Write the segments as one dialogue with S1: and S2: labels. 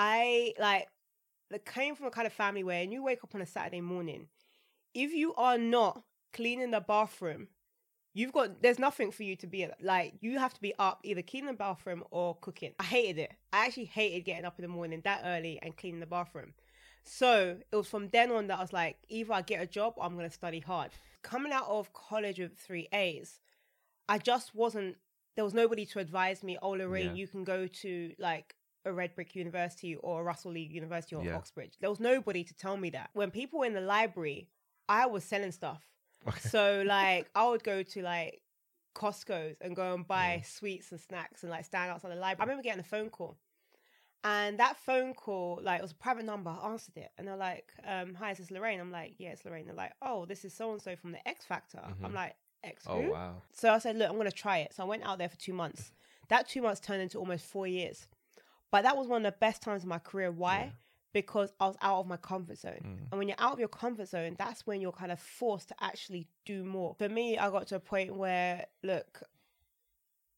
S1: I like that came from a kind of family where when you wake up on a Saturday morning, if you are not cleaning the bathroom, you've got there's nothing for you to be like you have to be up either cleaning the bathroom or cooking. I hated it. I actually hated getting up in the morning that early and cleaning the bathroom. So it was from then on that I was like, either I get a job or I'm gonna study hard. Coming out of college with three A's, I just wasn't there was nobody to advise me, oh Lorraine,
S2: Yeah.
S1: you can go to like a red brick university or a Russell League University or
S2: Yeah.
S1: Oxbridge. There was nobody to tell me that. When people were in the library, I was selling stuff. So like I would go to like Costco's and go and buy sweets and snacks and like stand outside the library. I remember getting a phone call. And that phone call, like it was a private number, I answered it. And they're like, um, hi, is this Lorraine? I'm like, yeah, it's Lorraine. They're like, oh, this is so and so from the X Factor. I'm like, X who?
S2: Oh wow.
S1: So I said, look, I'm going to try it. So I went out there for two months. That two months turned into almost four years. But that was one of the best times of my career. Why? Because I was out of my comfort zone.
S2: Mm,
S1: And when you're out of your comfort zone, that's when you're kind of forced to actually do more. For me, I got to a point where, look,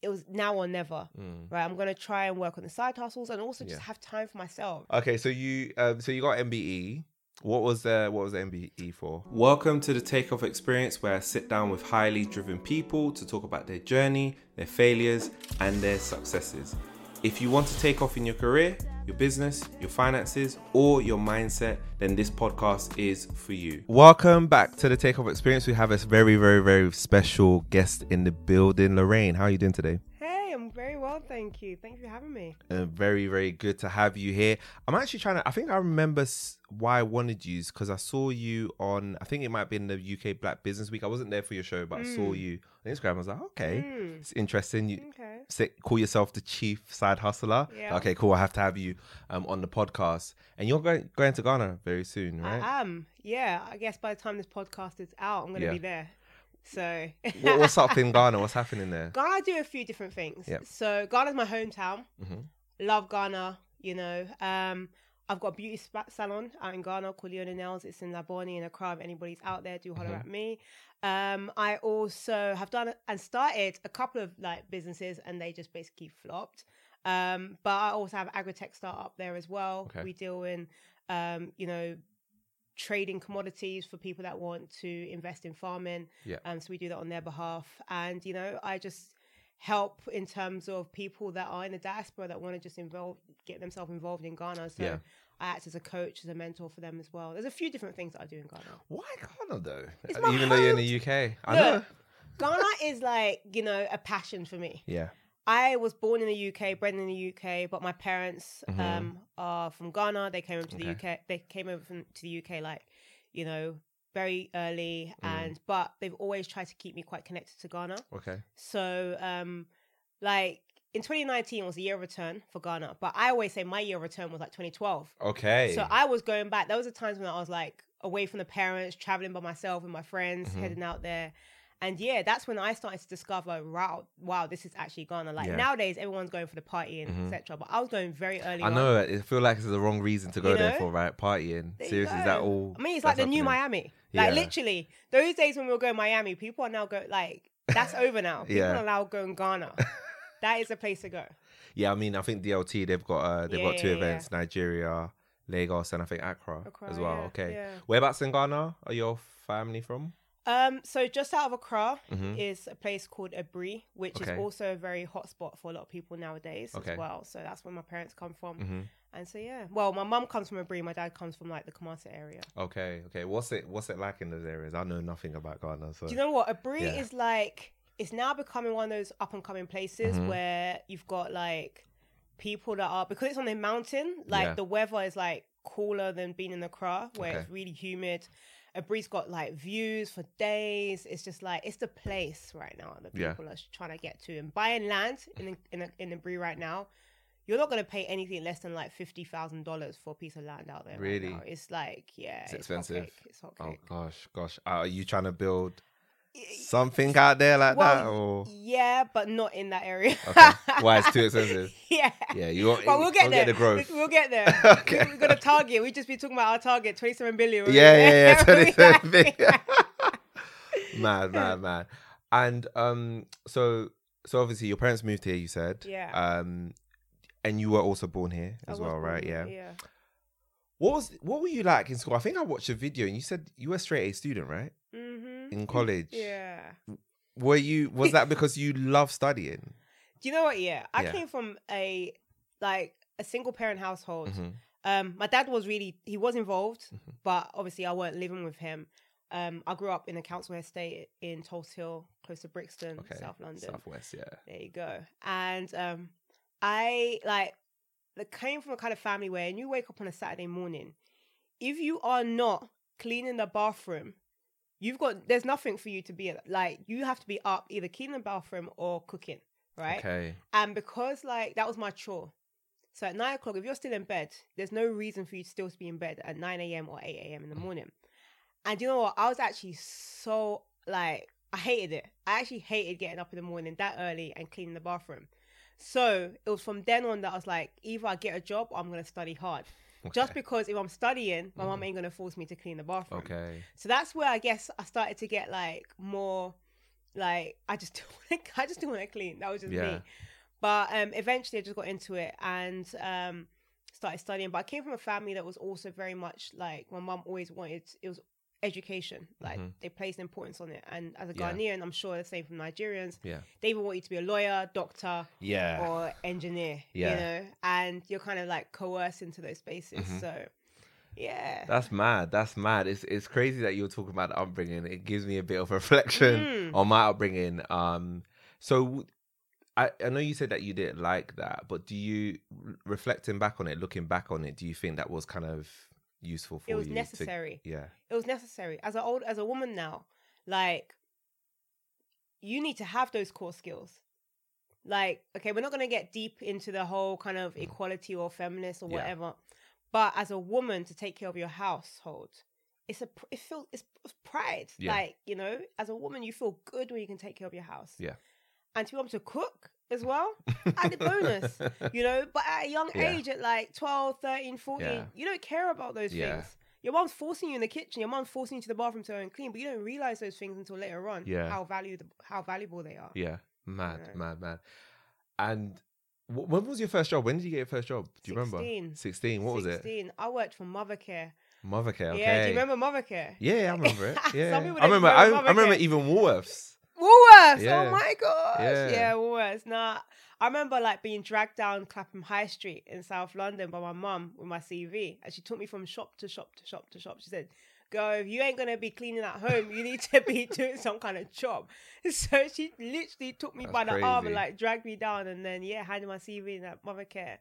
S1: it was now or never,
S2: mm.
S1: right? I'm going to try and work on the side hustles and also just
S2: Yeah.
S1: have time for myself.
S3: Okay, so you um, so you got MBE. What was the what was the MBE for?
S4: Welcome to the Takeoff Experience, where I sit down with highly driven people to talk about their journey, their failures, and their successes. If you want to take off in your career, your business, your finances, or your mindset, then this podcast is for you.
S3: Welcome back to the Takeoff Experience. We have a very very very special guest in the building, Lorraine. How are you doing today?
S1: Hey, I'm very well, thank you. Thank you for having me.
S3: Uh, very very good to have you here. I'm actually trying to. I think I remember s- why I wanted you because I saw you on. I think it might be in the UK Black Business Week. I wasn't there for your show, but I saw you on Instagram. I was like, okay, it's interesting. You,
S1: Hmm. Okay.
S3: say, call yourself the chief side hustler.
S1: Yeah.
S3: Okay, cool. I have to have you um, on the podcast, and you're going going to Ghana very soon, right?
S1: I am. Yeah, I guess by the time this podcast is out, I'm going to
S3: Yeah.
S1: be there. So
S3: What- what's up in Ghana? What's happening there?
S1: Ghana, I do a few different things.
S3: Yep.
S1: So Ghana's my hometown.
S3: Mhm.
S1: Love Ghana. You know, um, I've got a beauty spa- salon out in Ghana called Leona Nails. It's in Laboni in Accra. If anybody's out there, do holler at me. Um, I also have done and started a couple of like businesses, and they just basically flopped. Um, but I also have agritech start up there as well.
S3: Okay.
S1: We deal in, um, you know, trading commodities for people that want to invest in farming.
S3: Yeah.
S1: Um, so we do that on their behalf. And, you know, I just help in terms of people that are in the diaspora that want to just involve, get themselves involved in Ghana. So
S3: Yeah.
S1: I act as a coach, as a mentor for them as well. There's a few different things that I do in Ghana.
S3: Why Ghana though?
S1: It's my
S3: Uh, Even though you're in
S1: home-
S3: the UK, I
S1: Look.
S3: know.
S1: Ghana is like, you know, a passion for me.
S3: Yeah.
S1: I was born in the UK, bred in the UK, but my parents um, are from Ghana. They came over to the UK. They came over from, to the UK like, you know, very early, and but they've always tried to keep me quite connected to Ghana.
S3: Okay.
S1: So, um, like in 2019 was the year of return for Ghana, but I always say my year of return was like 2012.
S3: Okay.
S1: So I was going
S3: Mm-hmm.
S1: back. Those are times when I was like away from the parents, traveling by myself with my friends, heading out there. And yeah, that's when I started to discover, wow, wow, this is actually Ghana. Like
S3: Yeah. Mm-hmm.
S1: nowadays, everyone's going for the party and etc. But I was going very early.
S3: I
S1: on.
S3: know. I feel like it's the wrong reason to go
S1: You
S3: there
S1: know?
S3: for, right? Partying.
S1: There you
S3: Seriously, is that
S1: go.
S3: all?
S1: I mean, it's
S3: that's
S1: like the new
S3: happening?
S1: Miami. Like
S3: Yeah.
S1: literally, those days when we were going Miami, people are now go like that's over now. People
S3: Yeah.
S1: are now going Ghana. that is a place to go.
S3: Yeah, I mean, I think DLT they've got uh, they've got two
S1: Yeah, yeah,
S3: events: Nigeria, Lagos, and I think Accra,
S1: Accra,
S3: as well.
S1: yeah,
S3: okay,
S1: yeah.
S3: whereabouts in Ghana are your family from?
S1: Um, so just out of Accra
S3: Mhm.
S1: is a place called Abri, which
S3: Okay.
S1: is also a very hot spot for a lot of people nowadays
S3: Okay.
S1: as well. So that's where my parents come from.
S3: Mhm.
S1: And so yeah, well, my mum comes from Abri, my dad comes from like the Kamasa area.
S3: Okay, okay. What's it What's it like in those areas? I know nothing about Ghana, so
S1: Do you know what Abri
S3: Yeah.
S1: is like? It's now becoming one of those up and coming places
S3: Mhm.
S1: where you've got like people that are because it's on a mountain. Like
S3: Yeah.
S1: the weather is like cooler than being in Accra, where it's
S3: Okay.
S1: really humid. Abri's got like views for days. It's just like it's the place right now that
S3: Yeah.
S1: people are trying to get to. And buying land in in in Abri right now, you're not going to pay anything less than like fifty thousand dollars for a piece of land out there. right
S3: Really?
S1: now. it's like yeah,
S3: It's expensive.
S1: hotcake. It's hot
S3: oh gosh, gosh. Uh, are you trying to build
S1: cake.
S3: something out there like that,
S1: Well,
S3: or
S1: Yeah, but not in that area.
S3: okay? Why it's too expensive?
S1: yeah.
S3: Yeah, you won't,
S1: But we'll get
S3: you'll
S1: there.
S3: the growth.
S1: We- We'll get there.
S3: Okay.
S1: we, we got a target. We just be talking about our target, twenty-seven billion. right?
S3: yeah, yeah, yeah.
S1: We'll be
S3: 27
S1: like-
S3: billion. mad, mad, mad. And um, so so obviously your parents moved here. You said,
S1: Yeah.
S3: Um, and you were also born here
S1: I
S3: as
S1: was
S3: well,
S1: born
S3: right?
S1: here,
S3: Yeah.
S1: Yeah.
S3: What was what were you like in school? I think I watched a video and you said you were a straight A student, right?
S1: Mm-hmm.
S3: In college,
S1: Yeah.
S3: Were you was that because you love studying?
S1: Do you know what? Yeah, I
S3: Yeah.
S1: came from a like a single parent household.
S3: Mhm.
S1: Um, my dad was really he was involved,
S3: Mm-hmm.
S1: but obviously I weren't living with him. Um, I grew up in a council estate in Tulse Hill, close to Brixton,
S3: Okay,
S1: South London.
S3: Southwest, yeah.
S1: There you go. And um, I like that came from a kind of family where when you wake up on a Saturday morning, if you are not cleaning the bathroom, you've got there's nothing for you to be like you have to be up either cleaning the bathroom or cooking, right?
S3: Okay.
S1: And because like that was my chore. So at nine o'clock, if you're still in bed, there's no reason for you to still to be in bed at nine a.m. or eight a.m. in the morning. And you know what? I was actually so like I hated it. I actually hated getting up in the morning that early and cleaning the bathroom. So it was from then on that I was like, either I get a job or I'm gonna study hard. Just because if I'm studying, my mum ain't gonna force me to clean the bathroom.
S3: Okay.
S1: So that's where I guess I started to get like more like I just don't want to I just don't want to clean. That was just
S3: Yeah.
S1: me. But um eventually I just got into it and um started studying. But I came from a family that was also very much like my mum always wanted it was education. Like they placed importance on it. And as a
S3: Mm-hmm. Yeah.
S1: Ghanaian, I'm sure the same from Nigerians.
S3: Yeah.
S1: They even want you to be a lawyer, doctor,
S3: Yeah.
S1: or engineer.
S3: Yeah.
S1: You know? And you're kind of like coerced into those spaces. So yeah.
S3: Mm-hmm. That's mad. That's mad. It's it's crazy that you're talking about the upbringing. It gives me a bit of
S1: Mm.
S3: reflection on my upbringing. Um, so w- I I know you said that you didn't like that, but do you re- reflecting back on it, looking back on it, do you think that was kind of useful for
S1: it
S3: you?
S1: was
S3: to-
S1: necessary.
S3: yeah.
S1: it was necessary as an old as a woman now like you need to have those core skills like okay we're not going to get deep into the whole kind of equality or feminist or
S3: Yeah.
S1: whatever but as a woman to take care of your household it's a pr- it feels it's, it's pride
S3: Yeah.
S1: like you know as a woman you feel good when you can take care of your house
S3: Yeah.
S1: and to be able to cook as well added bonus you know but at a young
S3: Yeah.
S1: age at like 12 13 14
S3: Yeah.
S1: you don't care about those
S3: Yeah.
S1: things your mom's forcing you in the kitchen. Your mom's forcing you to the bathroom to go and clean, but you don't realize those things until later on.
S3: Yeah.
S1: how valuable how valuable they are.
S3: Yeah. Mad,
S1: Yeah.
S3: mad, mad. And wh- when was your first job? When did you get your first job? Do you remember?
S1: 16.
S3: Sixteen. What was it?
S1: 16. I worked for Mothercare.
S3: Mothercare. Okay.
S1: Yeah, do you remember Mothercare?
S3: Yeah, yeah, I remember it.
S1: Some
S3: Yeah,
S1: people
S3: I
S1: don't
S3: remember. I,
S1: remember
S3: I remember
S1: Mothercare.
S3: even Woolworths.
S1: Woolworths.
S3: Yeah.
S1: Oh my gosh.
S3: Yeah.
S1: Yeah. Woolworths. Nah, I remember like being dragged down Clapham High Street in South London by my mum with my CV, and she took me from shop to shop to shop to shop. She said. Go, if you ain't gonna be cleaning at home, you need to be doing some kind of job. So she literally took me
S3: That's
S1: by the arm
S3: crazy.
S1: and like dragged me down, and then yeah, handed my CV in that mother care,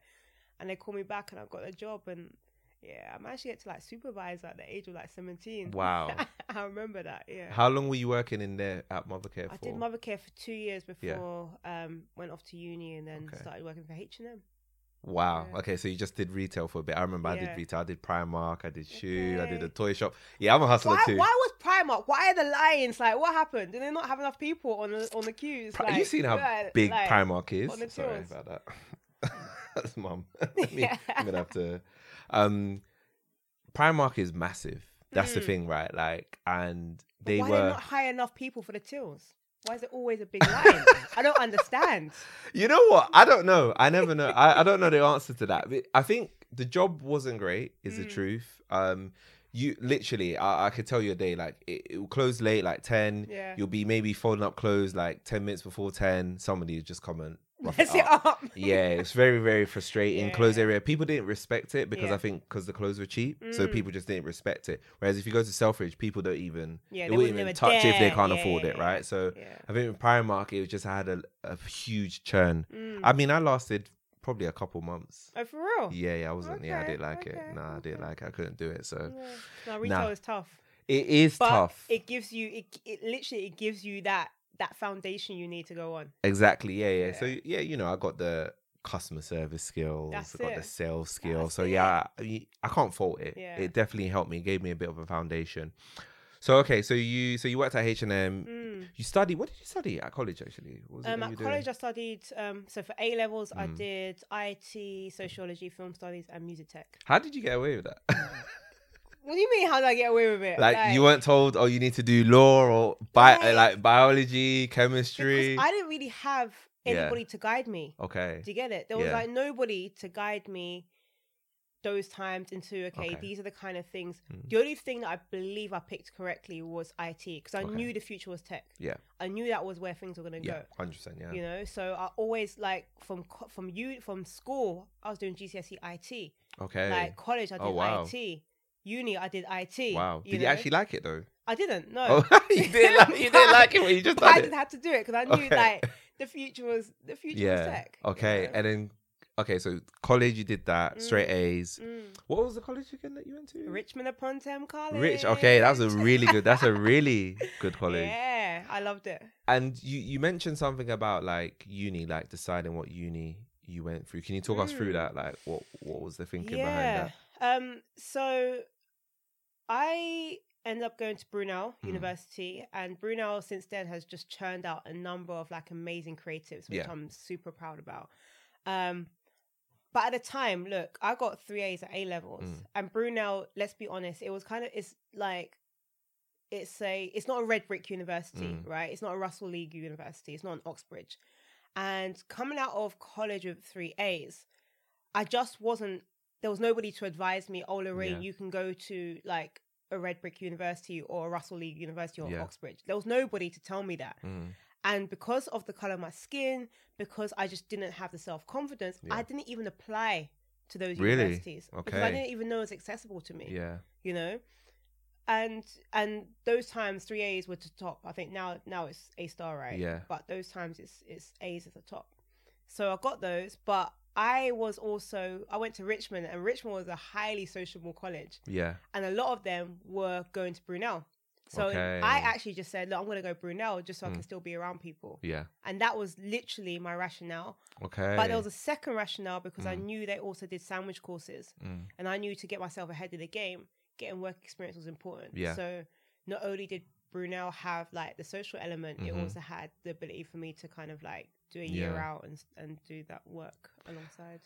S1: and they called me back, and I got the job, and yeah, I managed to get to like supervisor at the age of like seventeen.
S3: Wow.
S1: I remember that. Yeah,
S3: How long were you working in there at Mothercare for?
S1: I did mothercare for two years
S3: Yeah.
S1: before um went off to uni and then
S3: Okay.
S1: started working for H and M.
S3: Wow. Okay, so you just did retail for a bit. I remember I did
S1: Yeah.
S3: retail. I did Primark. I did shoe. I did a
S1: Okay.
S3: toy shop. Yeah, I'm a hustler
S1: Why?
S3: too.
S1: Why was time up. Why are the Lions like? What happened? Do they not have enough people on the on the queues?
S3: Pri-
S1: like,
S3: you seen how
S1: yeah,
S3: big
S1: like-
S3: Primark
S1: on the
S3: is. Sorry
S1: tours.
S3: about that. That's mum. I mean, I'm gonna have to. Um, Primark is massive. That's the thing, right? Like, and
S1: Mm. But
S3: they
S1: why they
S3: were.
S1: not hire enough people for the tills? Why is it always a big line? I don't understand.
S3: You know what? I don't know. I never know. I, I don't know the answer to that. But I think the job wasn't great. Is
S1: Hmm.
S3: the truth. Um, you literally, I, I could tell you a day like it, it will close late, like ten.
S1: Yeah.
S3: You'll be maybe folding up clothes like ten minutes before ten. Somebody will just come and rough
S1: Mess it up.
S3: yeah, it's very very frustrating.
S1: Yeah.
S3: Closed area, people didn't respect it because
S1: Yeah. Hmm.
S3: I think because the clothes were cheap, so people just didn't respect it. Whereas if you go to Selfridge, people don't even
S1: Yeah,
S3: they
S1: they
S3: wouldn't
S1: wouldn't
S3: even
S1: ever
S3: touch it if they
S1: dare.
S3: can't
S1: Yeah,
S3: afford
S1: yeah,
S3: it,
S1: yeah.
S3: right? So
S1: Yeah.
S3: I think with Primark, it just had a, a huge churn. I mean, I lasted probably a couple months.
S1: Mm. Oh, for real?
S3: Yeah, yeah, I wasn't. yeah, I
S1: Okay,
S3: didn't like
S1: okay,
S3: it. Nah, I didn't like it. I couldn't do it. So
S1: Yeah. No, retail is tough.
S3: it is
S1: But
S3: tough.
S1: it gives you it, it literally it gives you that that foundation you need to go on.
S3: Exactly. Yeah, yeah. So yeah, you know, I got the customer service skills,
S1: That's
S3: I got the
S1: it.
S3: sales skill.
S1: That's
S3: so
S1: it.
S3: yeah, I, I can't fault it.
S1: Yeah.
S3: It definitely helped me, gave me a bit of a foundation. So okay, so you so you worked at H and M. You studied. What did you study at college? Actually, what was it
S1: Mm. Um,
S3: that
S1: at
S3: you were
S1: college, I
S3: doing? Mm.
S1: studied. Um, so for A levels, I did IT, sociology, film studies, and music tech.
S3: How did you get away with that?
S1: What do you mean? How did I get away with it?
S3: like, you weren't told, oh, you need to do law or bi- uh, like biology, chemistry.
S1: because I didn't really have
S3: Yeah.
S1: anybody to guide me.
S3: okay.
S1: Do you get it? There was
S3: Yeah.
S1: like nobody to guide me those times into okay,
S3: Okay. Mm.
S1: these are the kind of things. The only thing that I believe I picked correctly was IT because I
S3: Okay.
S1: knew the future was tech.
S3: Yeah.
S1: I knew that was where things were going to
S3: Yeah.
S1: go.
S3: Hundred percent. Yeah.
S1: You know, so I always like from co- from you from school, E I was doing GCSE IT.
S3: Okay.
S1: Like college, I did
S3: Oh, wow.
S1: IT. Uni, I did IT.
S3: wow.
S1: you
S3: Did you,
S1: know?
S3: actually like it though?
S1: I didn't. No.
S3: Oh, you didn't like you didn't like it when you just
S1: But
S3: done
S1: I
S3: it.
S1: didn't have to do it because I knew
S3: Okay.
S1: like the future was the future was tech. you
S3: Okay.
S1: know?
S3: And then okay, so college you did that, straight A's.
S1: Mm.
S3: What was the college again that you went to?
S1: Richmond upon Thames College.
S3: Rich. Okay, that was a really good that's a really good college.
S1: Yeah, I loved it.
S3: And you you mentioned something about like uni, like deciding what uni you went through. Can you talk us through
S1: Mm.
S3: that? Like what what was the thinking
S1: yeah.
S3: behind
S1: Um. So, I ended up going to Brunel
S3: Mm.
S1: University, and Brunel since then has just churned out a number of like amazing creatives, which
S3: Yeah.
S1: I'm super proud about. Um. But at the time, look, I got three A's at A levels,
S3: Mm.
S1: and Brunel. Let's be honest, it was kind of it's like it's a it's not a red brick university,
S3: Mm.
S1: right? It's not a Russell League university. It's not an Oxbridge. And coming out of college with three A's, I just wasn't. There was nobody to advise me. Oh, Lorraine,
S3: Yeah.
S1: you can go to like a red brick university or a Russell League university or
S3: Yeah.
S1: Oxbridge. There was nobody to tell me that.
S3: that? Mm.
S1: And because of the color of my skin, because I just didn't have the self confidence,
S3: Yeah.
S1: I didn't even apply to those
S3: Really?
S1: universities because I
S3: Okay.
S1: didn't even know it was accessible to me
S3: Yeah.
S1: you know and and those times three a's were to top i think now now it's a star right
S3: Yeah.
S1: but those times it's it's a's at the top so i got those but i was also i went to richmond and richmond was a highly sociable college
S3: Yeah.
S1: and a lot of them were going to brunel so
S3: Okay. Hmm.
S1: i actually just said look i'm going to go brunel just so i can still be around people
S3: Yeah.
S1: and that was literally my rationale
S3: Okay.
S1: but there was a second rationale because I
S3: Hmm.
S1: knew they also did sandwich courses,
S3: Mm.
S1: and I knew to get myself ahead of the game, getting work experience was important.
S3: Yeah.
S1: So not only did Brunel have like the social element, it also had the ability for me to kind of like do a year
S3: Mm-hmm. Yeah.
S1: out and and do that work alongside.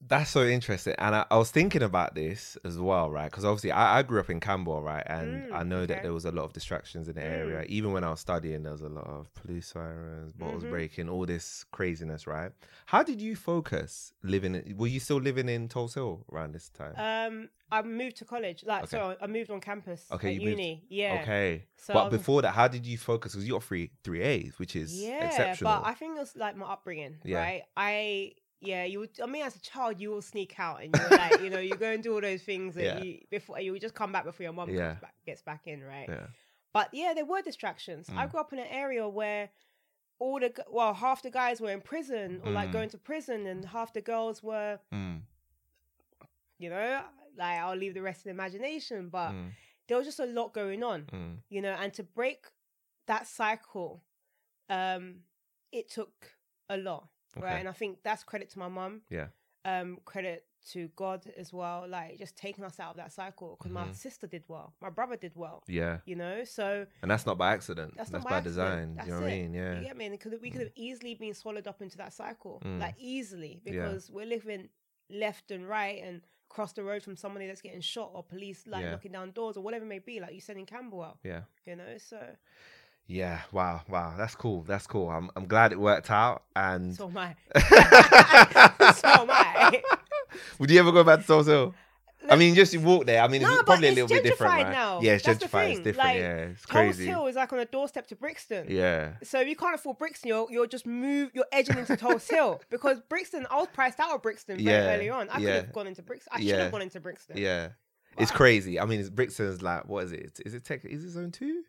S3: That's so interesting. And I, I was thinking about this as well, right? Because obviously I, I grew up in Campbell, right? And
S1: Mm,
S3: I know that
S1: okay. Mm.
S3: there was a lot of distractions in the area. Even when I was studying, there was a lot of police sirens, bottles
S1: Mm-hmm.
S3: breaking, all this craziness, right? How did you focus living in, were you still living in Tulsa Hill around this time?
S1: Um, I moved to college. Like,
S3: Okay.
S1: so I moved on campus.
S3: Okay,
S1: at
S3: you moved-
S1: uni. Yeah.
S3: Okay.
S1: So
S3: but
S1: I was-
S3: before that, how did you focus? Because you got three three A's, which is
S1: yeah
S3: exceptional.
S1: but i think it was like my upbringing
S3: Yeah.
S1: right i yeah you would i mean as a child you will sneak out and you're like you know you go and do all those things that
S3: Yeah.
S1: you before you just come back before your mom
S3: Yeah.
S1: comes back, gets back in right
S3: yeah.
S1: but yeah there were distractions i
S3: Mm.
S1: grew up in an area where all the g- well half the guys were in prison or like going to prison and half the girls were
S3: Mm,
S1: you know like i'll leave the rest to the imagination but
S3: Mm.
S1: there was just a lot going on
S3: mm.
S1: you know and to break that cycle um it took a lot
S3: Okay.
S1: right and i think that's credit to my mum
S3: Yeah.
S1: um credit to God as well, like just taking us out of that cycle. Because
S3: Mm-hmm.
S1: my sister did well, my brother did well,
S3: Yeah.
S1: you know. So
S3: And that's not by accident. That's,
S1: that's, not
S3: by
S1: my accident.
S3: design.
S1: That's
S3: you know what I
S1: it.
S3: mean? Yeah. Mm.
S1: You get me? And it could, we could have easily been swallowed up into that cycle, like easily,
S3: Yeah.
S1: because we're living left and right and across the road from somebody that's getting shot or police like
S3: Yeah.
S1: knocking down doors or whatever it may be, like you said in Campbell,
S3: Yeah.
S1: you know. So
S3: Yeah. Wow. Wow. That's cool. That's cool. I'm I'm glad it worked out. And
S1: so am I. so am
S3: would
S1: I.
S3: you ever go back to Souls Hill? I mean, just you walk there. I mean,
S1: No,
S3: it's
S1: but
S3: probably
S1: it's
S3: a little bit different,
S1: gentrified
S3: right?
S1: now.
S3: Yeah, it's
S1: That's the
S3: gentrified. It's
S1: thing,
S3: different.
S1: like,
S3: yeah, it's
S1: Coles
S3: crazy.
S1: Hill is like on the doorstep to Brixton.
S3: Yeah.
S1: So if you can't afford Brixton, you're, you're just move you're edging into Tulse Hill because Brixton. I was priced out of Brixton very
S3: Yeah,
S1: early on. I
S3: yeah.
S1: could have gone into Brixton. I should
S3: Yeah.
S1: have gone into Brixton.
S3: Yeah. It's crazy. I mean, it's Brixton's like, what is it? Is it tech? Is it zone two?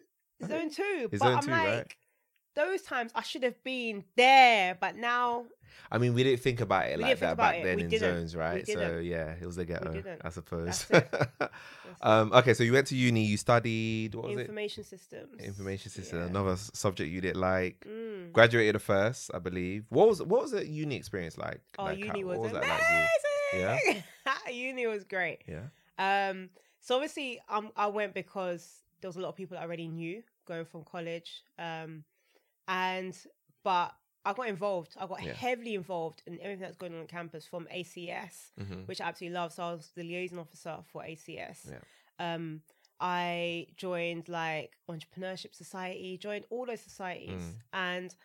S1: Zone two,
S3: It's
S1: but
S3: zone
S1: I'm
S3: two,
S1: like,
S3: right?
S1: those times I should have been there, but now
S3: I mean, we didn't think about it
S1: We
S3: like
S1: didn't think
S3: that
S1: about
S3: back
S1: it.
S3: then
S1: We
S3: in
S1: didn't.
S3: zones,
S1: We
S3: right? So
S1: didn't.
S3: yeah, it was the ghetto,
S1: didn't.
S3: I suppose.
S1: That's
S3: um, okay, so you went to uni. You studied what was
S1: information systems.
S3: it? Information system,
S1: Yeah.
S3: another s- subject you didn't like.
S1: Mm.
S3: Graduated the first, I believe. What was what was the uni experience like?
S1: Oh,
S3: Like,
S1: uni
S3: how-
S1: was,
S3: what was that
S1: amazing.
S3: like? for you?
S1: uni was great.
S3: Yeah,
S1: Um, so obviously, um, I went because there was a lot of people I already knew going from college. Um, and but I got involved. I got
S3: Yeah.
S1: heavily involved in everything that's going on on campus from ACS,
S3: Mhm.
S1: which I absolutely love. So I was the liaison officer for ACS.
S3: Yeah.
S1: Um, I joined like entrepreneurship society, joined all those societies,
S3: Mm.
S1: and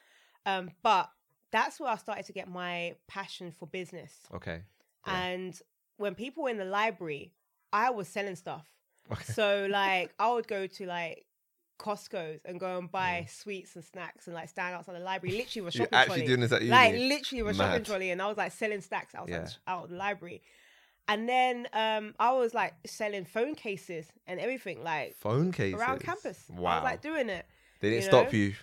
S1: um, but that's where I started to get my passion for business.
S3: Okay. Yeah.
S1: And when people were in the library, I was selling stuff.
S3: Okay.
S1: So like I would go to like Costco's and go and buy sweets and snacks and like stand outside the library. Literally was
S3: You're
S1: shopping
S3: Mm. actually
S1: trolley.
S3: doing this at uni.
S1: like literally was shopping
S3: Mad.
S1: trolley and I was like selling snacks outside
S3: Yeah.
S1: the sh- out of the library. And then um I was like selling phone cases and everything like
S3: Phone cases
S1: around campus.
S3: Wow.
S1: I was like doing it.
S3: They didn't
S1: you
S3: stop
S1: know?
S3: you.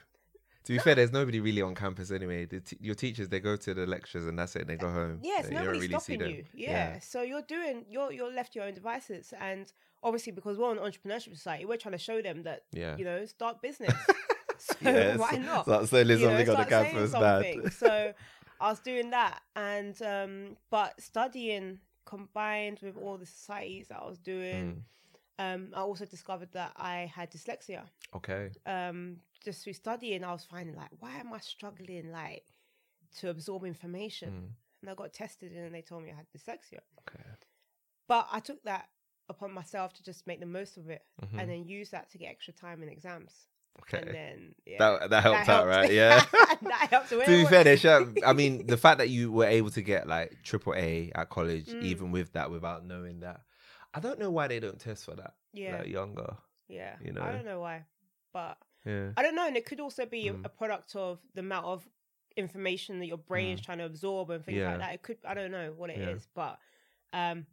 S3: To be fair, there's nobody really on campus anyway. The t- your teachers, they go to the lectures and that's it. They go home.
S1: Eh, Yes,
S3: They-
S1: nobody's stopping you. Yeah. So you're doing you're you're left to your own devices and obviously because we're an entrepreneurship society, we're trying to show them that
S3: Yeah.
S1: you know, start business. so
S3: Yes.
S1: why not?
S3: Start selling
S1: You know,
S3: something on the
S1: start saying
S3: campus,
S1: something.
S3: man.
S1: so I was doing that and um but studying combined with all the societies that I was doing,
S3: Mm.
S1: um, I also discovered that I had dyslexia
S3: Okay.
S1: um just through studying i was finding like why am i struggling like to absorb information
S3: Mm.
S1: and i got tested and they told me i had dyslexia
S3: Okay.
S1: but i took that upon myself to just make the most of it
S3: Mhm.
S1: and then use that to get extra time in exams and
S3: Okay.
S1: then yeah,
S3: That, that helped out,
S1: helped.
S3: right? Yeah.
S1: that helped
S3: to be fair, they should. I mean, the fact that you were able to get like triple A at college,
S1: Mm.
S3: even with that, without knowing that, I don't know why they don't test for that.
S1: yeah
S3: Like, younger.
S1: yeah
S3: you
S1: i
S3: know.
S1: don't know why but
S3: Yeah.
S1: I don't know, and it could also be a-
S3: Mm.
S1: a product of the amount of information that your brain is trying to absorb and things
S3: Mm. Yeah.
S1: like that. It could, I don't know what it is,
S3: Yeah.
S1: but um,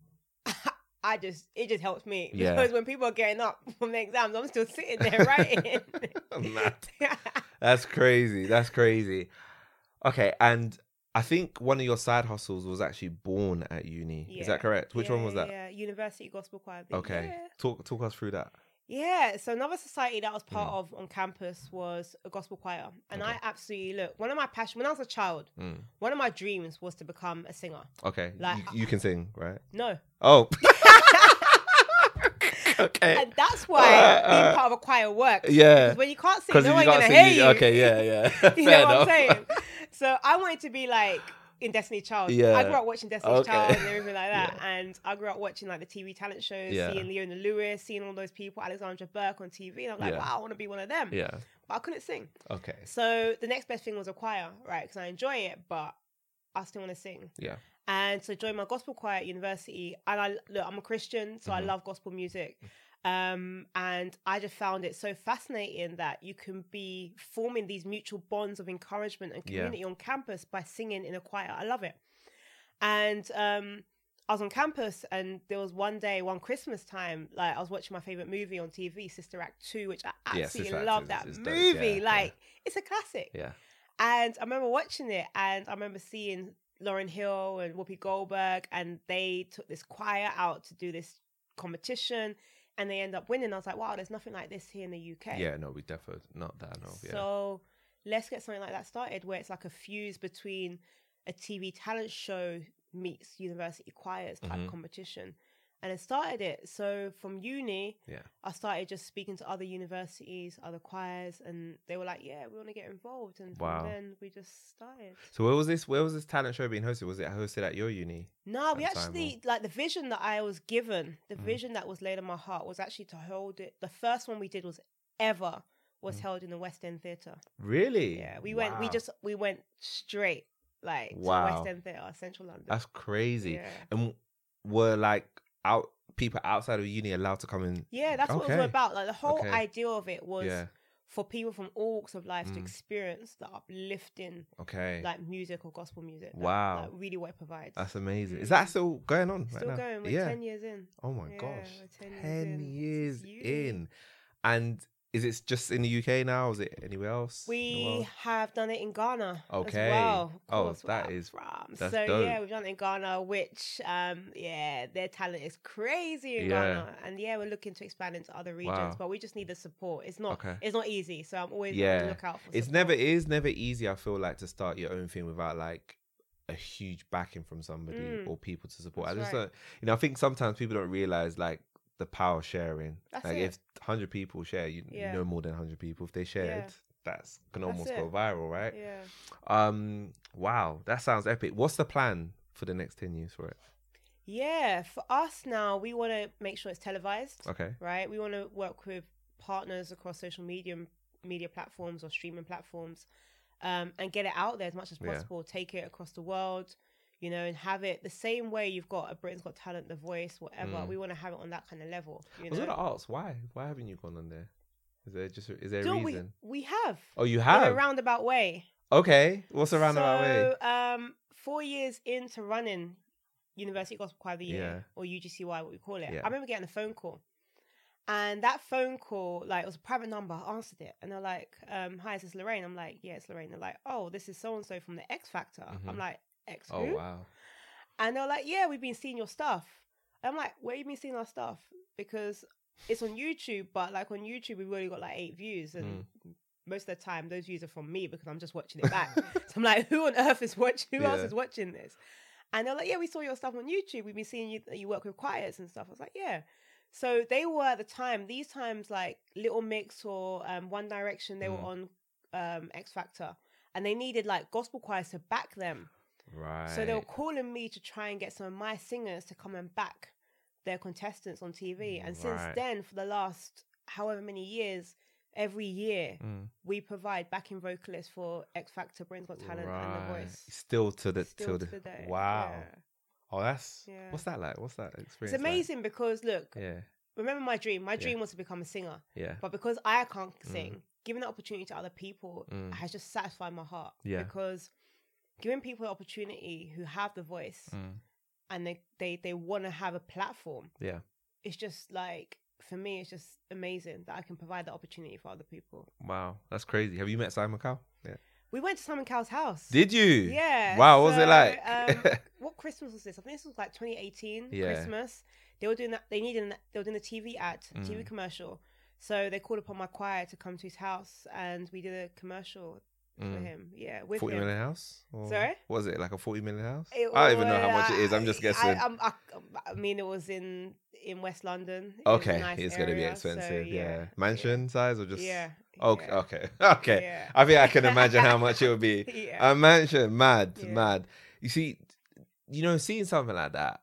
S1: I just it just helps me
S3: Yeah.
S1: because when people are getting up from the exams, I'm still sitting there writing.
S3: Mad. That's crazy. That's crazy. Okay, and I think one of your side hustles was actually born at uni. Is
S1: Yeah.
S3: that correct? Which
S1: Yeah,
S3: one was
S1: yeah,
S3: that?
S1: Yeah, University Gospel Choir. but
S3: Okay,
S1: yeah.
S3: talk talk us through that.
S1: Yeah, so another society that I was part of on campus was a gospel choir. And
S3: Mm. Okay.
S1: I absolutely look, one of my passion when I was a child,
S3: Mm.
S1: one of my dreams was to become a singer.
S3: Okay,
S1: Like,
S3: you, you can sing, right?
S1: No,
S3: Oh, okay,
S1: and that's why
S3: Eh. Uh, uh,
S1: being part of a choir works.
S3: yeah.
S1: Because when you can't sing,
S3: Because
S1: no
S3: if
S1: one's
S3: you
S1: gonna
S3: can't
S1: hear
S3: sing, you-
S1: you.
S3: okay, yeah, yeah.
S1: you
S3: Fair
S1: know what I'm
S3: enough.
S1: saying? So I wanted to be like in Destiny Child.
S3: Yeah.
S1: I grew up watching Destiny
S3: Okay.
S1: Child and everything like that, and I grew up watching like the TV talent shows,
S3: Yeah.
S1: seeing Leona Lewis, seeing all those people, Alexandra Burke on TV, and I'm like,
S3: Yeah.
S1: wow, I want to be one of them.
S3: Yeah.
S1: But I couldn't sing.
S3: Okay.
S1: So the next best thing was a choir, right? Because I enjoy it, but I still want to sing.
S3: Yeah.
S1: And so joined my gospel choir at university. And I look, I'm a Christian, so I
S3: Mm-hmm.
S1: love gospel music.
S3: Mm.
S1: Um, and I just found it so fascinating that you can be forming these mutual bonds of encouragement and
S3: Yeah.
S1: community on campus by singing in a choir. I love it. And um, I was on campus, and there was one day, one Christmas time, like I was watching my favorite movie on TV, Sister Act 2, which I
S3: Yeah,
S1: absolutely
S3: Sister Act
S1: love
S3: is-
S1: that
S3: is dope. Yeah,
S1: movie.
S3: yeah.
S1: like, it's a classic.
S3: Yeah.
S1: And I remember watching it, and I remember seeing Lauren Hill and Whoopi Goldberg, and they took this choir out to do this competition, and they end up winning. I was like, wow, there's nothing like this here in the UK.
S3: Yeah. No, we definitely not that. No. Oh, Yeah.
S1: So let's get something like that started, where it's like a fuse between a TV talent show meets university choirs type
S3: Mm-hmm.
S1: competition. And I started it. So from uni,
S3: Yeah.
S1: I started just speaking to other universities, other choirs, and they were like, "Yeah, we want to get involved." And
S3: Wow.
S1: from then we just started.
S3: So where was this? Where was this talent show being hosted? Was it hosted at your uni?
S1: No, we
S3: At the time, Mm-hmm.
S1: actually like the vision that I was given, the vision that was laid on my heart was actually to hold it. The first one we did was ever was
S3: Mm-hmm.
S1: held in the West End Theatre.
S3: Really?
S1: Yeah, we went. We
S3: Wow.
S1: just we went straight like to
S3: Wow.
S1: West End Theatre, Central London.
S3: That's crazy.
S1: Yeah.
S3: And were like out people outside of uni allowed to come in?
S1: yeah, that's what it was all
S3: Okay.
S1: about. Like the whole
S3: Okay.
S1: idea of it was
S3: Yeah.
S1: for people from all walks of life to
S3: Mm.
S1: experience the uplifting
S3: Okay.
S1: like music or gospel music. that-
S3: Wow.
S1: that really what it provides.
S3: That's amazing. Is that still going on?
S1: Mm. Still
S3: right now?
S1: going. We're
S3: yeah.
S1: ten years in.
S3: Oh my
S1: Yeah,
S3: gosh.
S1: we're 10
S3: Ten,
S1: years in.
S3: years,
S1: It's
S3: in.
S1: uni.
S3: And is it just in the UK now? Is it anywhere else? in the
S1: We
S3: world?
S1: have done it in Ghana.
S3: Okay.
S1: As well, of
S3: Oh,
S1: course, where
S3: that
S1: I'm
S3: is-
S1: from.
S3: that's
S1: so yeah,
S3: dope.
S1: we've done it in Ghana, which um yeah, their talent is crazy in
S3: Yeah.
S1: Ghana. And yeah, we're looking to expand into other regions,
S3: Wow.
S1: but we just need the support. It's not
S3: Okay.
S1: it's not easy. So I'm always on
S3: Yeah.
S1: the lookout for
S3: It's
S1: support.
S3: never it is never easy, I feel like, to start your own thing without like a huge backing from somebody
S1: Mm.
S3: or people to support. I
S1: That's
S3: just
S1: right.
S3: don't you know, I think sometimes people don't realise like the power of sharing.
S1: That's
S3: like
S1: it.
S3: if hundred people share, you, you
S1: Yeah.
S3: know more than hundred people. If they shared, that's can
S1: That's
S3: almost go
S1: it.
S3: viral, right?
S1: Yeah.
S3: Um, wow, that sounds epic. What's the plan for the next ten years for it?
S1: Yeah. For us now, we wanna make sure it's televised.
S3: Okay.
S1: right? We want to work with partners across social media media platforms or streaming platforms, um, and get it out there as much as
S3: Yeah.
S1: possible. Take it across the world, you know, and have it the same way you've got a Britain's Got Talent, The Voice, whatever.
S3: Mm.
S1: We want to have it on that kind of level. You
S3: Was it
S1: know,
S3: the arts? Why? Why haven't you gone on there? Is there just is there a
S1: Don't we
S3: reason?
S1: we have
S3: Oh, you
S1: in
S3: have.
S1: a roundabout way.
S3: okay. What's a roundabout way?
S1: So, um, four years into running University Gospel Choir of the Year, or UGCY, what we call it,
S3: Yeah.
S1: I remember getting a phone call. And that phone call, like, it was a private number. I answered it. And they're like, um, hi, is this Lorraine? I'm like, yeah, it's Lorraine. They're like, oh, this is so and so from the X Factor.
S3: Mhm.
S1: I'm like, X who?
S3: Oh wow.
S1: And they're like, yeah, we've been seeing your stuff. I'm like, where you been seeing our stuff? Because it's on YouTube, but like on YouTube, we've only got like eight views. And most of the time, those views are from me because I'm just watching it back. so I'm like, who on earth is watching? Who else
S3: Yeah.
S1: is watching this? And they're like, yeah, we saw your stuff on YouTube. We've been seeing you, you work with choirs and stuff. I was like, yeah. So they were at the time, these times like Little Mix or um, One Direction, they were on um, X Factor. And they needed like gospel choirs to back them.
S3: Right.
S1: So they were calling me to try and get some of my singers to come and back their contestants on TV. And since
S3: Mm, Right.
S1: then, for the last however many years, every year
S3: Mm.
S1: we provide backing vocalists for X Factor, Britain's Got Talent, and The
S3: Right.
S1: Voice.
S3: Still to the
S1: Still
S3: till the,
S1: to the day.
S3: wow.
S1: Yeah.
S3: Oh, that's
S1: Yeah.
S3: what's that like? What's that
S1: It's
S3: experience? like?
S1: amazing because look,
S3: Yeah,
S1: remember my dream. My
S3: Yeah.
S1: dream was to become a singer,
S3: yeah,
S1: but because I can't sing, giving that opportunity to other people
S3: Mm.
S1: has just satisfied my heart.
S3: Yeah.
S1: Because giving people the opportunity who have the voice
S3: Mm.
S1: and they they, they want to have a platform
S3: yeah.
S1: it's just like for me it's just amazing that i can provide that opportunity for other people
S3: Wow, that's crazy. Have you met Simon Cowell? Yeah.
S1: we went to simon cowell's house
S3: Did you?
S1: yeah
S3: Wow, what was it
S1: so,
S3: like?
S1: um, what christmas was this i think this was like 2018
S3: Yeah.
S1: christmas they were doing that they needed an, they were doing a tv ad a
S3: Mm.
S1: tv commercial so they called upon my choir to come to his house and we did a commercial for him yeah with
S3: Mm. Forty
S1: him
S3: million house? Or
S1: Sorry?
S3: What was it like a forty million house?
S1: It
S3: I don't even know
S1: was-
S3: how much it is. I'm just
S1: I-
S3: guessing.
S1: I, I'm- I, I mean, it was in in West London. It was a
S3: okay,
S1: nice
S3: it's gonna be
S1: area, so
S3: expensive. yeah.
S1: yeah.
S3: mansion size or just
S1: Yeah,
S3: Okay,
S1: yeah.
S3: okay, okay.
S1: Yeah.
S3: I um, think I can imagine how much it would be.
S1: Yeah.
S3: A mansion, mad,
S1: Yeah.
S3: mad. You see, you know, seeing something like that,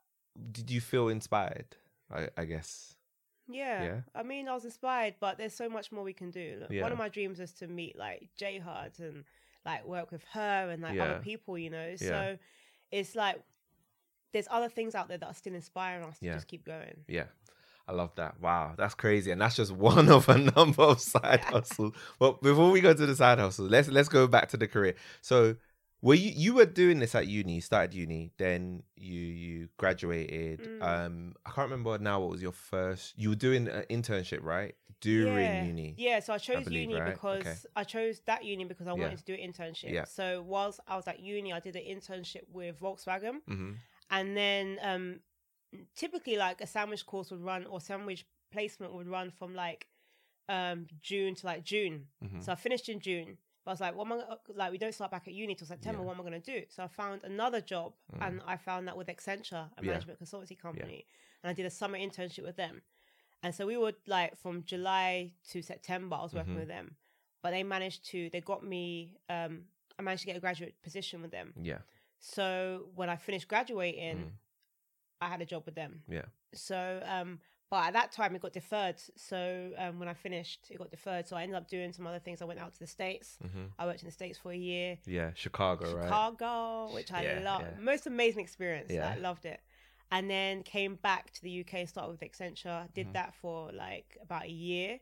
S3: did you feel inspired? I, I guess.
S1: Yeah.
S3: Yeah.
S1: I mean, I was inspired, but there's so much more we can do. Look,
S3: Yeah.
S1: One of my dreams is to meet like J Hard and like work with her and like
S3: Yeah.
S1: other people, you know? So it's like there's other things out there that are still inspiring us to
S3: Yeah.
S1: just keep going.
S3: Yeah. I love that. Wow, that's crazy, and that's just one of a number of side hustles. But before we go to the side hustles, let's let's go back to the career. So, were you you were doing this at uni? You started uni, then you you graduated.
S1: Mm.
S3: Um, I can't remember now what was your first. You were doing an internship, right? During
S1: yeah.
S3: uni.
S1: Yeah, so I chose
S3: believe,
S1: uni
S3: right?
S1: because
S3: Okay.
S1: I chose that uni because I
S3: Yeah.
S1: wanted to do an internship.
S3: Yeah.
S1: So whilst I was at uni, I did an internship with Volkswagen,
S3: hmm
S1: and then um, typically like a sandwich course would run or sandwich placement would run from like um June to like June.
S3: Mhm.
S1: So I finished in June. But I was like, what am I gonna- like? We don't start back at uni till September. What am I going to do? So I found another job, and I found that with Accenture, a
S3: Mm. Yeah.
S1: management consultancy company, and I did a summer internship with them. And so we were like from July to September, I was working
S3: Mm-hmm.
S1: with them, but they managed to they got me. Um, I managed to get a graduate position with them.
S3: Yeah.
S1: So when I finished graduating, I had a job with them.
S3: Yeah.
S1: So, um, but at that time it got deferred. So um, when I finished, it got deferred. So I ended up doing some other things. I went out to the states.
S3: Hmm.
S1: I worked in the states for a year.
S3: Mm-hmm. Yeah. Chicago, right?
S1: Chicago, which I
S3: Yeah,
S1: love,
S3: yeah.
S1: most amazing experience.
S3: Yeah.
S1: I loved it. And then came back to the UK, started with Accenture,
S3: Mm-hmm.
S1: did that for like about a year.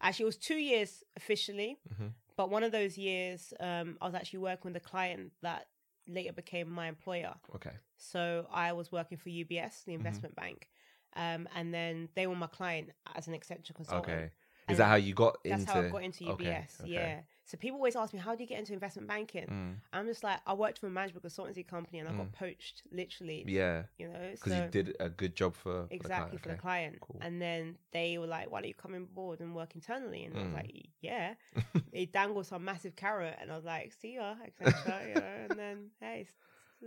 S1: Actually, it was two years officially,
S3: Mm-hmm.
S1: but one of those years, um, I was actually working with a client that later became my employer.
S3: Okay.
S1: So I was working for UBS,
S3: Mm-hmm.
S1: the investment bank, um, and then they were my client as an Accenture consultant.
S3: Okay. Is
S1: And
S3: that how you got
S1: That's
S3: into?
S1: how I got into UBS.
S3: Okay, okay.
S1: Yeah. So people always ask me, "How do you get into investment banking?"
S3: Mm.
S1: I'm just like, I worked for a management consultancy company, and I got poached literally.
S3: Yeah.
S1: You know,
S3: Because
S1: so-
S3: you did a good job for for
S1: exactly for the
S3: okay.
S1: client.
S3: Cool.
S1: And then they were like, "Why don't you come on board and work internally?" And I
S3: Mm.
S1: was like, "Yeah." they dangled some massive carrot, and I was like, "See ya, Accenture," you know. And then hey, s-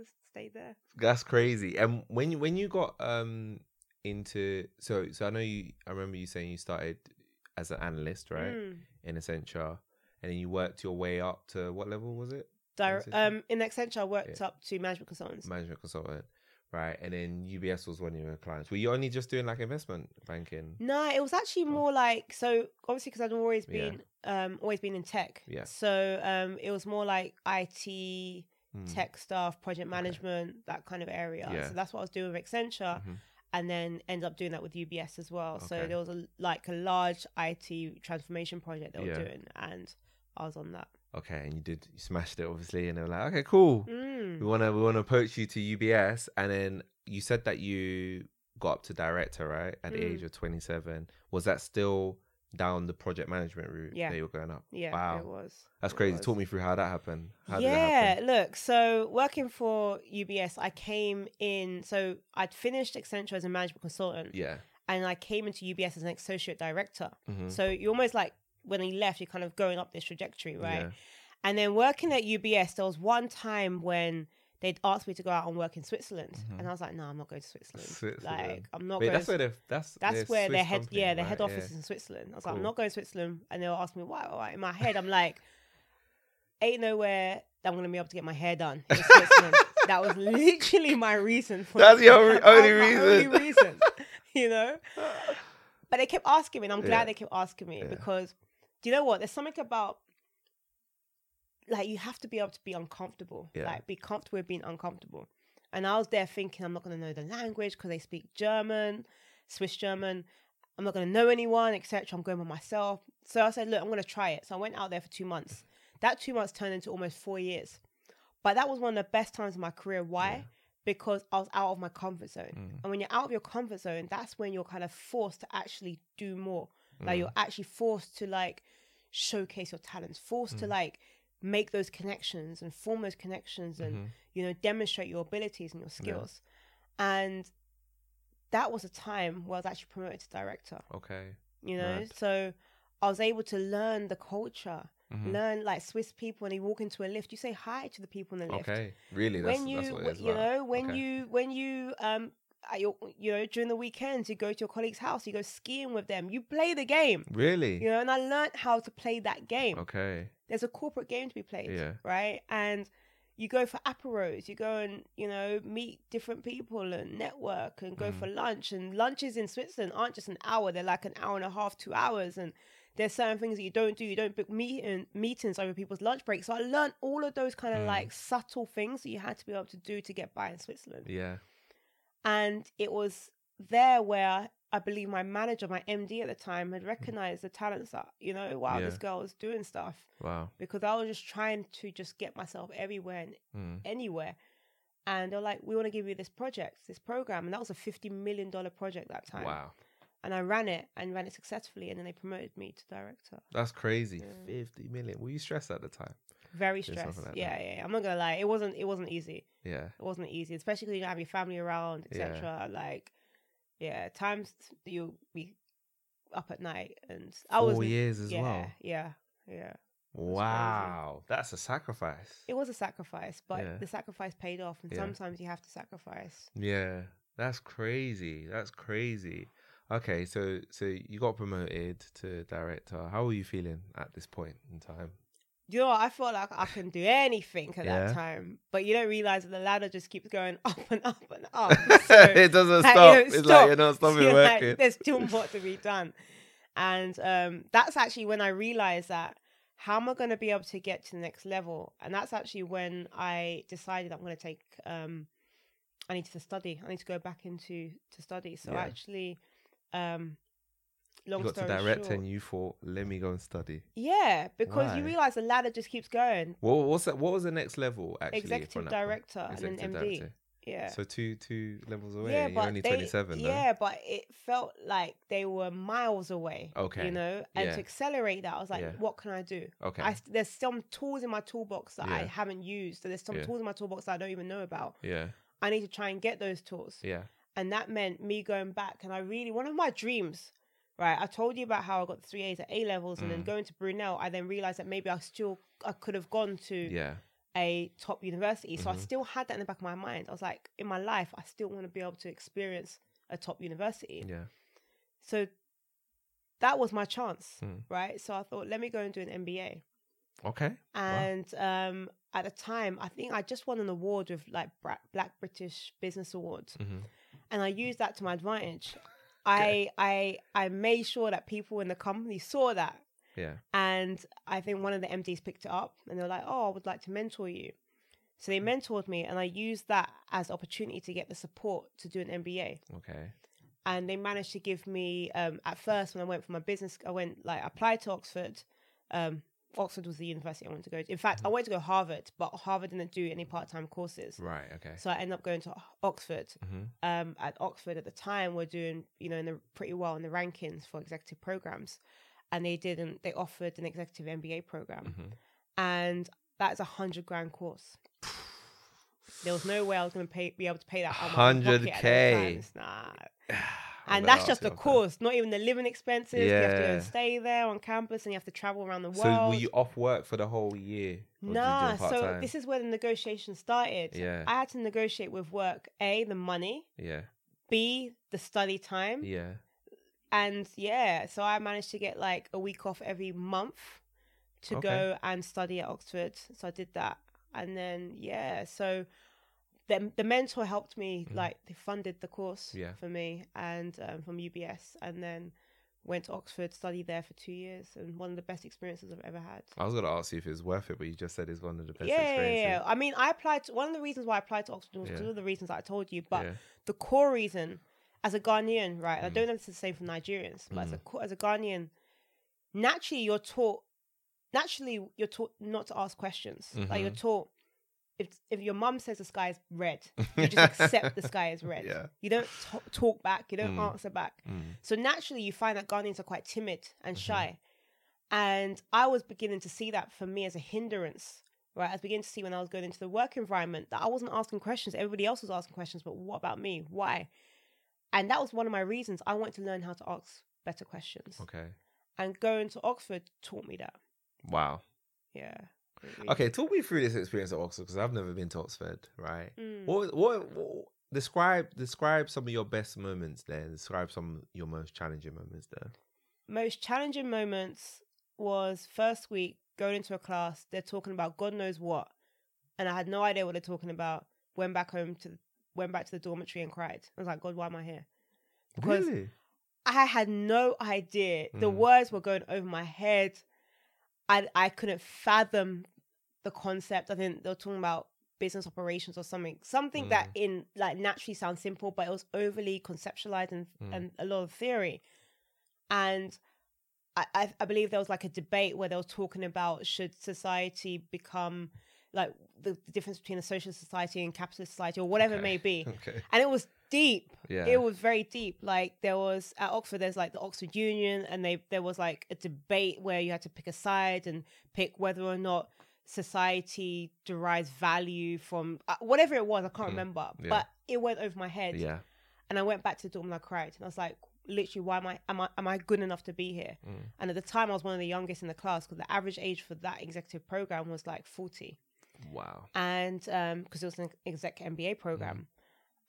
S1: s- stay there.
S3: That's crazy. And when you- when you got um into so so I know you I remember you saying you started as an analyst, right?
S1: Mm.
S3: In Accenture. And then you worked your way up to what level was it?
S1: Dire-
S3: Transition?
S1: um, in Accenture, I worked
S3: Yeah.
S1: up to management consultants.
S3: Management consultant. Right. And then UBS was one of your clients. Were you only just doing like investment banking?
S1: No, it was actually more like so. Obviously, because I'd always
S3: Yeah.
S1: been, um, always been in tech.
S3: Yeah.
S1: So, um, it was more like IT,
S3: Hmm.
S1: tech stuff, project management, that kind of area.
S3: Mm. Yeah. Mm-hmm.
S1: So that's what I was doing with Accenture, and then ended up doing that with UBS as well. So
S3: Okay.
S1: there was a like a large IT transformation project they were
S3: Yeah.
S1: doing, and I was on that.
S3: Okay, and you did you smashed it obviously and they were like, Okay, cool.
S1: Mm.
S3: We wanna we wanna poach you to UBS and then you said that you got up to director, right? At the age
S1: Mm.
S3: of twenty seven. Was that still down the project management route
S1: Yeah.
S3: that you were going up?
S1: Yeah,
S3: Wow.
S1: it was.
S3: That's
S1: It
S3: crazy.
S1: was.
S3: Talk me through how that happened. How did that
S1: yeah,
S3: happen?
S1: look, so working for UBS, I came in, so I'd finished Accenture as a management consultant
S3: Yeah. mm-hmm.
S1: and I came into UBS as an associate director.
S3: Mm.
S1: So you're almost like, when he left, you're kind of going up this trajectory, right?
S3: Yeah.
S1: And then working at UBS, there was one time when they'd asked me to go out and work in Switzerland. And I was like, no, I'm not going to Switzerland. Like, I'm not
S3: Mm-hmm. Wait,
S1: going
S3: that's where they're, that's
S1: that's
S3: they're
S1: where their
S3: Swiss
S1: head,
S3: company,
S1: yeah, their
S3: right?
S1: head
S3: Yeah.
S1: office is in Switzerland. I was like,
S3: Cool.
S1: I'm not going to Switzerland, and they were asking me why. why? In my head, I'm like, ain't nowhere that I'm going to be able to get my hair done in Switzerland. that was literally my reason. For
S3: That's your only-
S1: that was
S3: only
S1: my
S3: reason.
S1: Only reason, you know. But they kept asking me, and I'm glad
S3: Yeah.
S1: they kept asking me
S3: Yeah.
S1: because, do you know what? There's something about like you have to be able to be uncomfortable.
S3: Yeah.
S1: Like be comfortable with being uncomfortable. And I was there thinking I'm not going to know the language because they speak German, Swiss German. I'm not going to know anyone, etc. I'm going by myself. So I said, look, I'm going to try it. So I went out there for two months. That two months turned into almost four years. But that was one of the best times of my career. Why? Because I was out of my comfort zone. And when you're out of your comfort zone, that's when you're kind of forced to actually do more.
S3: Mm-hmm. Mm.
S1: Like you're actually forced to like showcase your talents, forced
S3: Mm.
S1: to like make those connections and form those connections and,
S3: Mm-hmm.
S1: you know, demonstrate your abilities and your skills. And that was a time where I was actually promoted to director
S3: Okay.
S1: you know
S3: Mad.
S1: so i was able to learn the culture
S3: Mm-hmm.
S1: learn like swiss people when you walk into a lift you say hi to the people in the lift
S3: Okay. Really, that's,
S1: when you
S3: that's what it is
S1: you
S3: about.
S1: know when
S3: Okay.
S1: you when you um at your, you know during the weekends you go to your colleague's house you go skiing with them you play the game
S3: Really?
S1: you know and i learned how to play that game
S3: Okay.
S1: there's a corporate game to be played,
S3: Yeah.
S1: right? And you go for aperos, you go and you know meet different people and network and go for lunch. And lunches in Switzerland aren't just an hour; they're like an hour and a half, two hours. And there's certain things that you don't do. You don't book meeting meetings over people's lunch breaks. So I learned all of those kind of like subtle things that you had to be able to do to get by in Switzerland.
S3: Yeah.
S1: And it was there where I believe my manager, my MD at the time, had recognized the talents that you know, wow,
S3: Yeah.
S1: this girl was doing stuff
S3: Wow.
S1: because I was just trying to just get myself everywhere and
S3: Mm.
S1: anywhere. And they're like, we want to give you this project, this program. And that was a $50 million project that time.
S3: Wow.
S1: And I ran it and ran it successfully. And then they promoted me to director.
S3: That's crazy. 50 million. Were you stressed at the time?
S1: Very
S3: Did something
S1: stressed.
S3: like
S1: yeah,
S3: that.
S1: yeah, yeah. I'm not going to lie. It wasn't, it wasn't easy.
S3: Yeah.
S1: It wasn't easy, especially because you don't have your family around,
S3: Yeah.
S1: etc. Like, yeah, times you'll be up at night. And I was.
S3: Four years as
S1: yeah,
S3: well.
S1: Yeah, yeah.
S3: Wow, that's a sacrifice.
S1: It was a sacrifice, but
S3: Yeah.
S1: the sacrifice paid off, and
S3: Yeah.
S1: sometimes you have to sacrifice.
S3: Yeah, that's crazy. That's crazy. Okay, so so you got promoted to director. How are you feeling at this point in time?
S1: Do you know what? I felt like I can do anything at
S3: Yeah.
S1: that time, but you don't realize that the ladder just keeps going up and up and up.
S3: it doesn't
S1: like, you
S3: stop.
S1: don't
S3: It's like you're
S1: stop.
S3: not stopping
S1: You're like,
S3: working.
S1: there's still more to be done. And um, that's actually when I realized that how am I going to be able to get to the next level? And that's actually when I decided I'm going to take. Um, I need to study. I need to go back into to study. So
S3: Yeah.
S1: actually, um, long
S3: you got to
S1: story
S3: director,
S1: short,
S3: and you thought, "Let me go and study."
S1: yeah, because you
S3: Why?
S1: realize the ladder just keeps going.
S3: What what's that? What was the next level actually? from
S1: Executive
S3: that point?
S1: director and an MD. Yeah.
S3: So two two levels away. You're only twenty seven.
S1: They, yeah, but it felt like they were miles away.
S3: Okay,
S1: you know, and
S3: yeah.
S1: to accelerate that, I was like,
S3: Yeah.
S1: what can I do?
S3: Okay.
S1: I, s- there's some tools in my toolbox that I
S3: Yeah.
S1: haven't used. So there's some
S3: Yeah.
S1: tools in my toolbox that I don't even know about.
S3: Yeah.
S1: I need to try and get those tools,
S3: Yeah.
S1: and that meant me going back. And I really, one of my dreams. Right, I told you about how I got three A's at A levels, and then
S3: Mm.
S1: going to Brunel, I then realized that maybe I still I could have gone to
S3: Yeah.
S1: a top university.
S3: Mm-hmm.
S1: So I still had that in the back of my mind. I was like, in my life, I still want to be able to experience a top university.
S3: Yeah.
S1: So that was my chance,
S3: Mm.
S1: right? So I thought, let me go and do an MBA.
S3: Okay. Wow.
S1: And um, at the time, I think I just won an award with like Bra- Black British Business Awards,
S3: Mhm.
S1: and I used that to my advantage. I I I made sure that people in the company saw that
S3: Yeah.
S1: and I think one of the MDs picked it up and they were like, Oh, I would like to mentor you. So they mentored me and I used that as opportunity to get the support to do an MBA.
S3: Okay.
S1: And they managed to give me um, at first when I went for my business I went like I applied to Oxford. Um, Oxford was the university I wanted to go to. In fact, I wanted to go Harvard, but Harvard didn't do any part time courses.
S3: Right. Okay.
S1: So I ended up going to Oxford.
S3: Mhm.
S1: Um, at Oxford at the time, we're doing you know in the pretty well in the rankings for executive programs, and they didn't. They offered an executive MBA
S3: Mm-hmm.
S1: program, and that's a hundred grand course. There was no way I was going to pay, be able to pay that. out of my own pocket at
S3: 100K.
S1: those times.
S3: Oh,
S1: Nah.
S3: I'm
S1: And
S3: gonna
S1: that's
S3: ask
S1: just
S3: you
S1: the
S3: after.
S1: course, not even the living expenses. You have to go
S3: Yeah.
S1: and stay there on campus, and you have to travel around the world.
S3: So were you off work for the whole year? or did you do
S1: Nah, so
S3: part-time?
S1: this is where the negotiation started.
S3: Yeah.
S1: I had to negotiate with work A, the money,
S3: Yeah.
S1: B, the study time.
S3: Yeah.
S1: And yeah, so I managed to get like a week off every month to
S3: Okay.
S1: go and study at Oxford. So I did that. And then, yeah, so the, the mentor helped me, like, they funded the course
S3: Mm-hmm. Yeah.
S1: for me and um, from UBS. And then went to Oxford, studied there for two years, and one of the best experiences I've ever had.
S3: I was gonna ask you if it was worth it, but you just said it's one of the best
S1: yeah, yeah, yeah.
S3: experiences.
S1: I mean, I applied to one of the reasons why I applied to Oxford was
S3: Yeah.
S1: because of the reasons that I told you, but
S3: Yeah.
S1: the core reason, as a Ghanaian, right? I don't know if it's the same for Nigerians, but as a co- as a Ghanaian, naturally you're taught, naturally you're taught not to ask questions. Like you're taught. If, if your mum says the sky is red, you just accept the sky is red.
S3: Yeah.
S1: You don't t- talk back, you don't answer back.
S3: Mm,
S1: So naturally, you find that Ghanaians are quite timid
S3: Mm-hmm.
S1: and shy. And I was beginning to see that for me as a hindrance, right? I was beginning to see when I was going into the work environment that I wasn't asking questions. Everybody else was asking questions, but what about me? Why? And that was one of my reasons I wanted to learn how to ask better questions.
S3: Okay.
S1: And going to Oxford taught me that.
S3: Wow.
S1: Yeah. it really
S3: Okay,
S1: did.
S3: talk me through this experience at Oxford because I've never been to Oxford, right?
S1: Mm.
S3: What, what what describe describe some of your best moments there. and Describe some of your most challenging moments there.
S1: Most challenging moments was first week going into a class, they're talking about God knows what. And I had no idea what they're talking about. Went back home to went back to the dormitory and cried. I was like, God, why am I here? Because
S3: Really?
S1: I had no idea. The
S3: Mm.
S1: words were going over my head. I I couldn't fathom the concept. I think they were talking about business operations or something. Something that
S3: Mm.
S1: in like naturally sounds simple, but it was overly conceptualized and,
S3: Mm.
S1: and a lot of theory. And I, I I believe there was like a debate where they were talking about should society become like the, the difference between a social society and capitalist society or whatever it may be
S3: Okay.
S1: and it was deep.
S3: Yeah.
S1: It was very deep. Like there was at Oxford, there's like the Oxford Union, and they there was like a debate where you had to pick a side and pick whether or not society derives value from uh, whatever it was. I can't remember,
S3: Mm. Yeah.
S1: but it went over my head,
S3: Yeah.
S1: and I went back to the dorm and I cried, and I was like, literally why am I am I am I good enough to be here?
S3: Mm.
S1: And at the time, I was one of the youngest in the class because the average age for that executive program was like forty,
S3: Wow.
S1: and because it was an exec MBA program.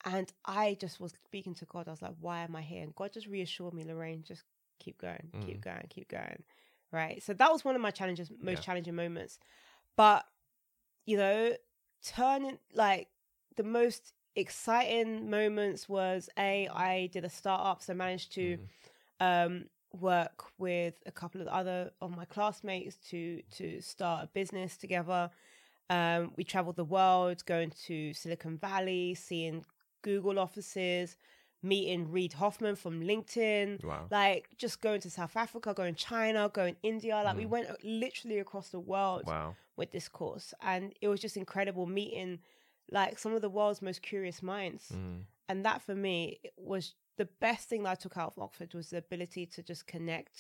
S1: And I just was speaking to God. I was like, why am I here? And God just reassured me, Lorraine, just keep going, keep going, keep going. Right. So that was one of my challenges, most
S3: Yeah.
S1: challenging moments. But, you know, turning like the most exciting moments was A, I did a startup, so managed to um work with a couple of other of my classmates to to start a business together. Um, we traveled the world, going to Silicon Valley, seeing Google offices, meeting Reid Hoffman from LinkedIn.
S3: Wow.
S1: Like just going to South Africa, going China, going India. Like we went uh, literally across the world
S3: Mm. Wow.
S1: with this course, and it was just incredible meeting like some of the world's most curious minds.
S3: Mm. Mm-hmm.
S1: And that for me was the best thing that I took out of Oxford was the ability to just connect,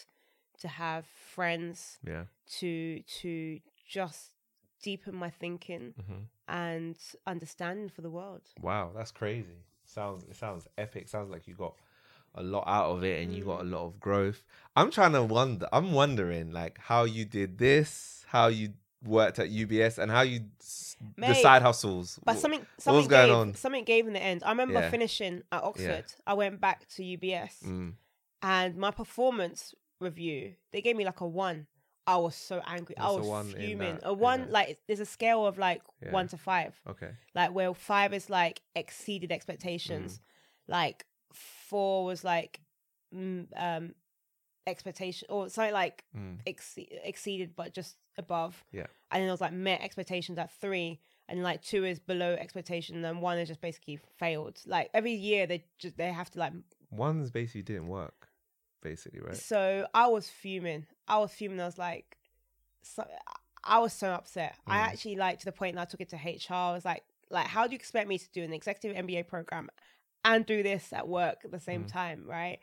S1: to have friends,
S3: Yeah.
S1: to to just deepen my thinking and understanding for the world.
S3: Mm-hmm. Wow, that's crazy. Sounds it sounds epic. Sounds like you got a lot out of it and you got a lot of growth. I'm trying to wonder I'm wondering like how you did this, how you worked at UBS and how you Mm. s- the
S1: Mate,
S3: side hustles.
S1: But
S3: Wh-
S1: something
S3: what
S1: something
S3: was going
S1: gave,
S3: on?
S1: something gave in the end. I remember
S3: Yeah.
S1: finishing at Oxford. I went back to UBS
S3: Mm.
S1: and my performance review, they gave me like a one. I was so angry.
S3: What's
S1: I
S3: a
S1: was
S3: one in
S1: fuming.
S3: that-
S1: A
S3: in
S1: one,
S3: that?
S1: like there's a scale of like
S3: Yeah.
S1: one to five.
S3: Okay.
S1: like where five is like exceeded
S3: Mm.
S1: expectations like four was like mm, um expectation or something like
S3: Mm.
S1: exce- exceeded but just above
S3: Yeah.
S1: and then it was like met expectations at three and like two is below expectation and then one is just basically failed like every year they just they have to like
S3: One's basically didn't work basically, right?
S1: so I was fuming. I was fuming. I was like, so, I was so upset. I
S3: Mm.
S1: actually like to the point that I took it to HR. I was like, like, how do you expect me to do an executive MBA program and do this at work at the same
S3: Mm.
S1: time, right?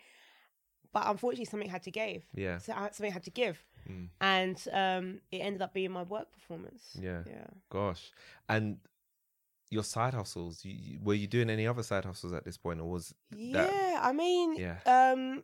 S1: But unfortunately, something had to give.
S3: Yeah. Mm.
S1: So I, something had to give, and um, it ended up being my work performance.
S3: Yeah.
S1: Yeah.
S3: Gosh. And your side hustles, you, you- were you doing any other side hustles at this point or was that
S1: Yeah, I mean,
S3: Yeah.
S1: um,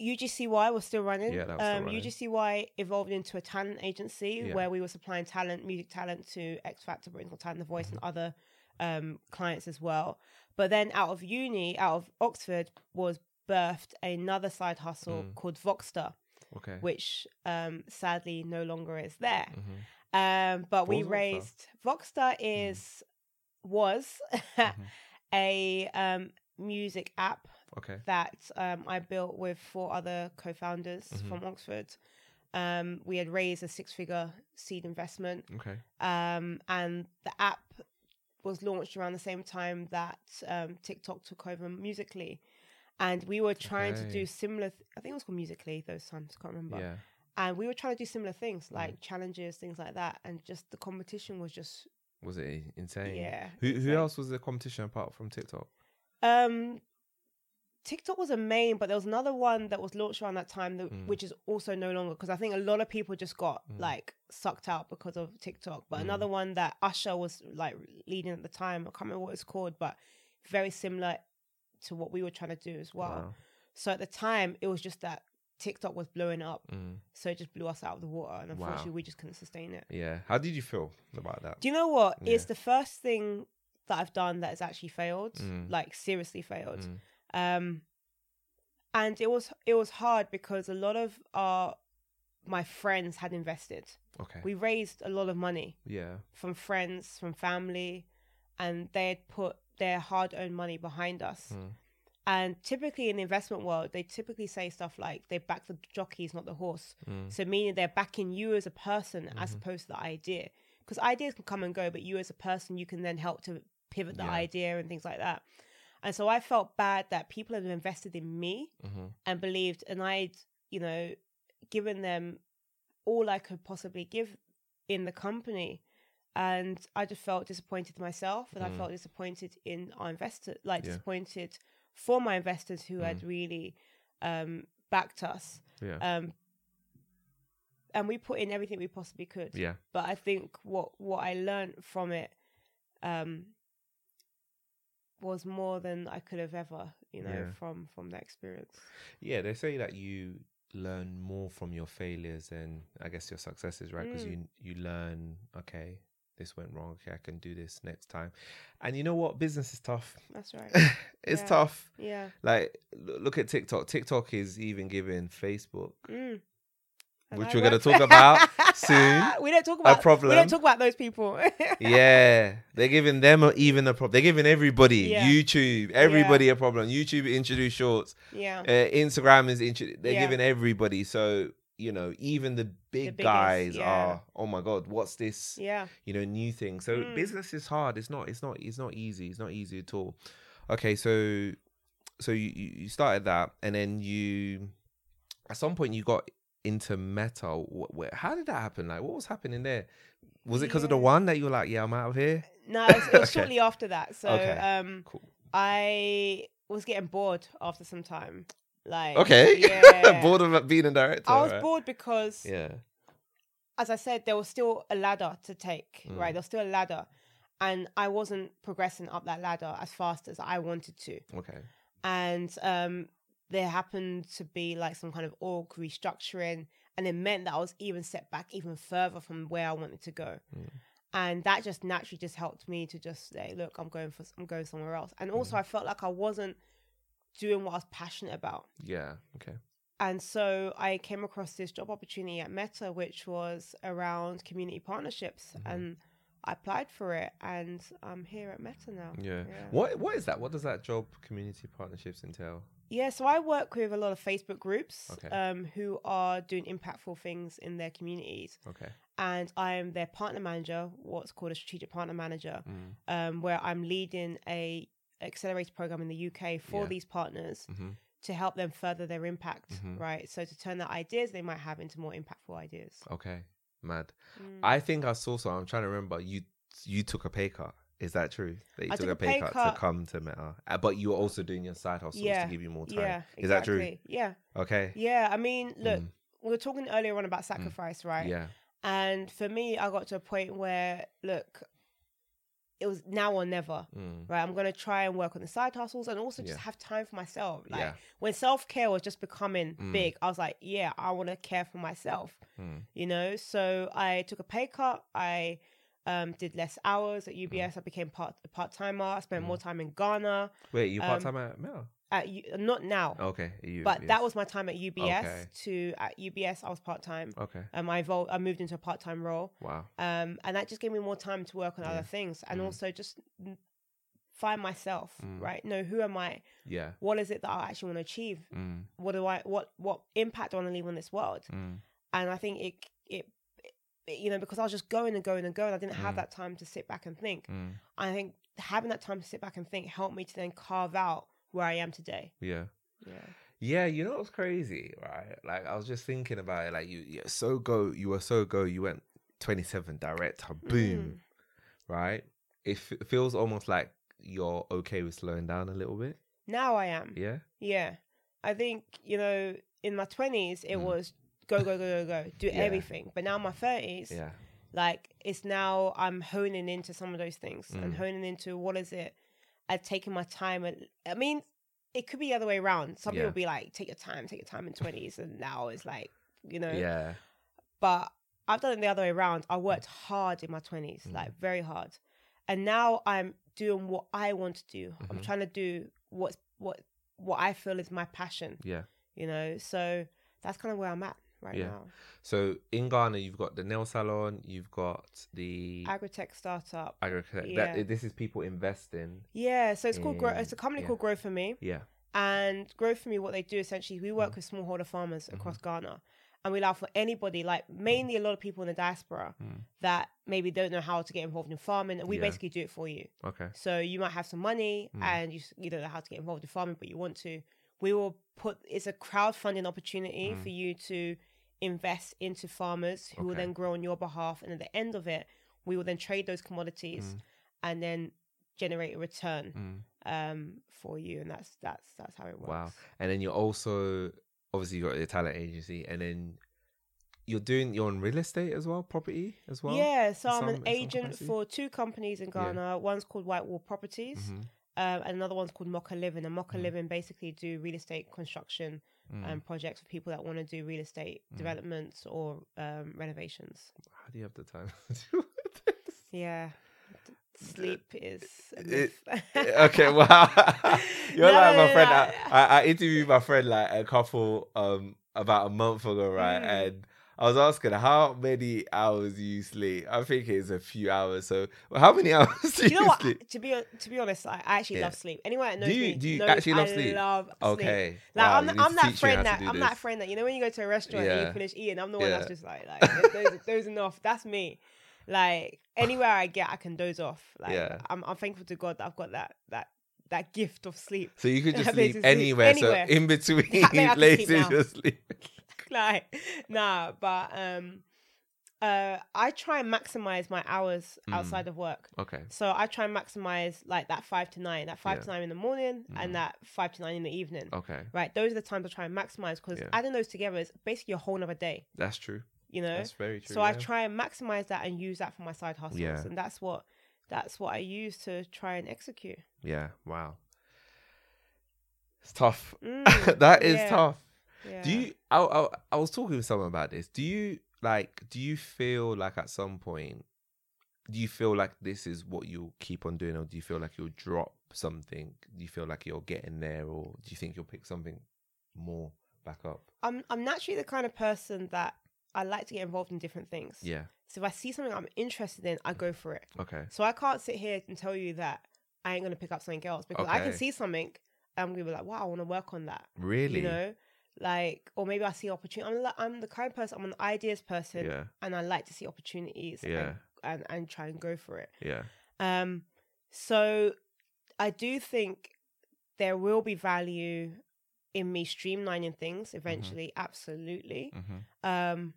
S1: UGCY was still running.
S3: Yeah, that was still
S1: um,
S3: running.
S1: UGCY evolved into a talent agency
S3: Yeah.
S1: where we were supplying talent, music talent to X Factor, Britain's Got Talent, The Voice,
S3: Mm-hmm.
S1: and other um, clients as well. But then out of uni, out of Oxford, was birthed another side hustle
S3: Mm.
S1: called Voxter,
S3: okay.
S1: which um, sadly no longer is there.
S3: Mhm.
S1: Um, but we
S3: What was Voxstar?
S1: raised Voxstar is was
S3: Mm-hmm.
S1: a um, music app
S3: Okay.
S1: that um, I built with four other co-founders from Oxford. Um, we had raised a six-figure seed investment,
S3: Okay.
S1: um, and the app was launched around the same time that um, TikTok took over Musically. And we were trying to
S3: Okay.
S1: do similar. Th- I think it was called Musically those times. I can't remember
S3: Yeah.
S1: and we were trying to do similar
S3: Mm.
S1: things like challenges things like that and just the competition was just
S3: Was it insane?
S1: Yeah,
S3: Who who
S1: insane.
S3: else was the competition apart from TikTok?
S1: um tiktok was a main but there was another one that was launched around that time
S3: Mm.
S1: that, which is also no longer because i think a lot of people just got like sucked out because of tiktok
S3: Mm.
S1: but another one that usher was like leading at the time i can't remember what it's called but very similar to what we were trying to do as well
S3: Wow.
S1: so at the time it was just that tiktok was blowing up
S3: Mm.
S1: so it just blew us out of the water and
S3: Wow.
S1: unfortunately we just couldn't sustain it
S3: Yeah. How did you feel about that?
S1: Do you know what? It's
S3: Yeah.
S1: the first thing that I've done that has actually failed,
S3: Mm.
S1: like seriously failed. Um, and it was it was hard because a lot of our my friends had invested.
S3: okay.
S1: We raised a lot of money
S3: yeah.
S1: from friends, from family, and they had put their hard earned money behind us. And typically in the investment world, they typically say stuff like they back the jockeys, not the horse. So meaning they're backing you as a person as opposed to the idea. Because ideas can come and go, but you as a person, you can then help to pivot the
S3: Yeah.
S1: idea and things like that. And so I felt bad that people had invested in me
S3: Mm-hmm.
S1: and believed, and I'd, you know, given them all I could possibly give in the company. And I just felt disappointed in myself and I felt disappointed in our investor, like
S3: Mm. Yeah. Mm.
S1: disappointed for my investors who had really um, backed us.
S3: Yeah.
S1: Um, and we put in everything we possibly could.
S3: Yeah.
S1: But I think what, what I learned from it um, was more than I could have ever you know,
S3: Yeah.
S1: from from that experience.
S3: Yeah, they say that you learn more from your failures than I guess your successes, right?
S1: Mm.
S3: Because you you learn, okay, this went wrong. Okay, I can do this next time. And you know what? Business is tough.
S1: That's right.
S3: it's
S1: Yeah.
S3: tough.
S1: yeah.
S3: Like l- look at TikTok. TikTok is even giving Facebook,
S1: Mm. And
S3: which
S1: I
S3: we're gonna
S1: work-
S3: talk about soon.
S1: we don't talk about We
S3: problem.
S1: don't talk about those people.
S3: yeah, they're giving them a- even a problem. They're giving everybody
S1: Yeah.
S3: YouTube, everybody a problem. YouTube introduced shorts.
S1: yeah.
S3: uh, Instagram is intro- they're
S1: Yeah.
S3: giving everybody. So you know, even the
S1: biggest,
S3: big guys
S1: yeah.
S3: are. Oh my god, what's this?
S1: Yeah.
S3: You know, new thing. So
S1: Mm.
S3: business is hard. It's not. It's not. It's not easy. It's not easy at all. Okay, so so you you you started that, and then you at some point you got into Meta. Wh- wh- How did that happen? Like, what was happening there? Was it because of the
S1: Yeah.
S3: one that you were like, yeah, I'm out of here?
S1: No, it was, it was
S3: Okay.
S1: shortly after that. So
S3: Okay.
S1: um
S3: Cool.
S1: I was getting bored after some time. Like
S3: Okay.
S1: yeah.
S3: bored of being a director.
S1: I was
S3: right?
S1: bored because
S3: Yeah.
S1: as I said, there was still a ladder to take,
S3: Mm.
S1: right? There was still a ladder. And I wasn't progressing up that ladder as fast as I wanted to.
S3: Okay.
S1: And um, there happened to be like some kind of org restructuring. And it meant that I was even set back even further from where I wanted to go.
S3: Mm.
S1: And that just naturally just helped me to just say, look, I'm going for I'm going somewhere else. And also I felt like I wasn't doing what I was passionate about.
S3: Yeah. Okay.
S1: And so I came across this job opportunity at Meta, which was around community partnerships, and I applied for it, and I'm here at Meta now.
S3: Yeah.
S1: Yeah.
S3: What What is that? What does that job community partnerships entail?
S1: Yeah, so I work with a lot of Facebook groups
S3: Okay.
S1: um, who are doing impactful things in their communities,
S3: Okay.
S1: and I am their partner manager, what's called a strategic partner manager,
S3: Mm.
S1: um, where I'm leading a accelerator program in the UK for
S3: Yeah.
S1: these partners
S3: Mhm.
S1: to help them further their impact,
S3: Mhm.
S1: right? So to turn the ideas they might have into more impactful ideas.
S3: Okay. Mad.
S1: Mm.
S3: I think I saw some. I'm trying to remember. You You took a pay cut. Is that true? That you
S1: I
S3: took a pay, cut,
S1: cut.
S3: to come to Meta, Uh, but you were also doing your side hustles to give you more time.
S1: Yeah,
S3: Is that true?
S1: exactly. Yeah,
S3: Okay.
S1: yeah. I mean, look,
S3: Mm.
S1: we were talking earlier on about sacrifice, right?
S3: Yeah.
S1: And for me, I got to a point where, look, it was now or never.
S3: Mm.
S1: Right, I'm gonna try and work on the side hustles and also just
S3: Yeah.
S1: have time for myself. Like
S3: Yeah.
S1: when self care was just becoming
S3: Mm.
S1: big, I was like, yeah, I want to care for myself.
S3: Mm.
S1: You know, so I took a pay cut. I um, did less hours
S3: Mm.
S1: at UBS. I became part a part timer. I spent more time in Ghana.
S3: Wait, you
S1: Um,
S3: part time at Meta?
S1: At U- not now,
S3: Okay. You,
S1: but that
S3: yes.
S1: was my time at UBS.
S3: Okay. Oh.
S1: To at UBS, I was part time.
S3: Okay.
S1: Um, I evolved, I moved into a part time role.
S3: Wow.
S1: Um, and that just gave me more time to work on
S3: Yeah.
S1: other things and
S3: Mm.
S1: also just n- find myself.
S3: Mm.
S1: Right? Know who am I?
S3: Yeah.
S1: What is it that I actually want to achieve?
S3: Mm.
S1: What do I? What what impact do I want to leave on this world?
S3: Mm.
S1: And I think it it. it- You know, because I was just going and going and going, I didn't have
S3: Mm.
S1: that time to sit back and think.
S3: Mm.
S1: I think having that time to sit back and think helped me to then carve out where I am today.
S3: Yeah.
S1: Yeah.
S3: Yeah, you know what's crazy, right? Like I was just thinking about it. Like you, you so go, you were so go. You went twenty seven director, boom, right? It, f- feels almost like you're okay with slowing down a little bit.
S1: Now I am.
S3: Yeah,
S1: Yeah. I think, you know, in my 20s, it
S3: Mm.
S1: was go, go, go, go, go, do
S3: Yeah.
S1: everything. But now in my 30s,
S3: yeah,
S1: like, it's now I'm honing into some of those things and
S3: Mm.
S1: honing into what is it I've taken my time. And, I mean, it could be the other way around. Some
S3: Yeah.
S1: people be like, take your time, take your time in 20s. And now it's like, you know,
S3: yeah,
S1: but I've done it the other way around. I worked hard in my 20s,
S3: Mm.
S1: like very hard. And now I'm doing what I want to do. I'm
S3: Mhm.
S1: trying to do what's what what I feel is my passion,
S3: yeah.
S1: you know? So that's kind of where I'm at right
S3: Yeah.
S1: now.
S3: So in Ghana, you've got the nail salon, you've got the
S1: Agritech startup.
S3: agriculture.
S1: yeah.
S3: That, this is people investing.
S1: yeah, so it's called Grow
S3: Mm,
S1: it's a company
S3: yeah.
S1: called Grow for Me.
S3: Yeah,
S1: And Grow for Me what they do essentially we
S3: Mm.
S1: work with smallholder farmers across
S3: Mm-hmm.
S1: Ghana. And we allow for anybody, like
S3: Mm.
S1: mainly a lot of people in the diaspora that maybe don't know how to get involved in farming. And we
S3: Yeah. Mm.
S1: basically do it for you.
S3: okay,
S1: So you might have some money and you, s- you don't know how to get involved in farming, but you want to. We will put it's a crowdfunding opportunity for you to invest into farmers who will
S3: Mm. Okay.
S1: then grow on your behalf. And at the end of it, we will then trade those commodities
S3: Mm.
S1: and then generate a return um, for you. And that's that's that's how it works.
S3: wow. And then you're also obviously you got your talent agency, and then you're doing you're on real estate as well, property as well.
S1: yeah, so
S3: in
S1: I'm
S3: some- in
S1: an
S3: some
S1: agent
S3: capacity? Mm-hmm.
S1: for two companies in Ghana. One's called Whitewall Properties, um, and another one's called Mocha Living. And
S3: Mm.
S1: Mocha Living basically do real estate construction um, projects for people that want to do real estate
S3: Mm.
S1: developments or um, renovations.
S3: How do you have the time? to do this?
S1: Yeah, D- sleep is. a
S3: it-
S1: myth.
S3: okay, well, you're
S1: No,
S3: like
S1: no,
S3: my
S1: no,
S3: friend.
S1: no.
S3: I, I, I interviewed my friend like a couple um about a month ago, right?
S1: Mm.
S3: And I was asking her, how many hours do you sleep. I think it's a few hours. So, well, how many hours do you,
S1: Do you know what?
S3: sleep?
S1: To be to be honest, I I actually
S3: Yeah.
S1: love sleep. Anyone that
S3: Do
S1: knows
S3: you-
S1: me
S3: do you
S1: knows
S3: actually love
S1: I
S3: sleep?
S1: love sleep.
S3: Okay,
S1: Like
S3: Wow,
S1: I'm,
S3: you
S1: the,
S3: need to
S1: I'm that
S3: teach me how
S1: friend
S3: to
S1: that
S3: do
S1: I'm
S3: this.
S1: that friend that you know when you go to a restaurant and
S3: Yeah.
S1: you finish eating, I'm the one
S3: Yeah.
S1: that's just like like those, those are enough. That's me. Like anywhere I get, I can doze off. Like
S3: Yeah.
S1: I'm, I'm thankful to God that I've got that that that gift of sleep.
S3: So you could just
S1: I mean,
S3: sleep
S1: to sleep
S3: anywhere.
S1: anywhere.
S3: So in between
S1: I mean, I can sleep
S3: places,
S1: now.
S3: you sleep.
S1: like nah, but um, uh, I try and maximize my hours
S3: Mm.
S1: outside of work.
S3: Okay.
S1: So I try and maximize like that five to nine, that five
S3: Yeah. Mm-hmm.
S1: to nine in the morning, and that five to nine in the evening.
S3: Okay.
S1: Right, those are the times I try and maximize because
S3: Yeah.
S1: adding those together is basically a whole nother day.
S3: That's true.
S1: You know,
S3: That's very true.
S1: so I
S3: yeah.
S1: try and maximize that and use that for my side hustles,
S3: Yeah.
S1: and that's what that's what I use to try and execute.
S3: Yeah. Wow. It's tough.
S1: Mm,
S3: that is
S1: yeah,
S3: tough.
S1: Yeah.
S3: Do you? I, I I was talking with someone about this. Do you like? Do you feel like at some point? Do you feel like this is what you'll keep on doing, or do you feel like you'll drop something? Do you feel like you're getting there, or do you think you'll pick something more back up?
S1: I'm I'm naturally the kind of person that I like to get involved in different things.
S3: Yeah.
S1: So if I see something I'm interested in, I go for it.
S3: Okay.
S1: So I can't sit here and tell you that I ain't gonna pick up something else because I can
S3: Okay.
S1: see something and I'm gonna be like, wow, I want to work on that.
S3: Really?
S1: You know, like, or maybe I see opportunity. I'm, li- I'm the kind of person. I'm an ideas person,
S3: Yeah.
S1: and I like to see opportunities. and-
S3: Yeah.
S1: and, and try and go for it.
S3: Yeah.
S1: Um, so I do think there will be value in me streamlining
S3: Mm-hmm.
S1: things eventually. Absolutely.
S3: Mhm.
S1: Um,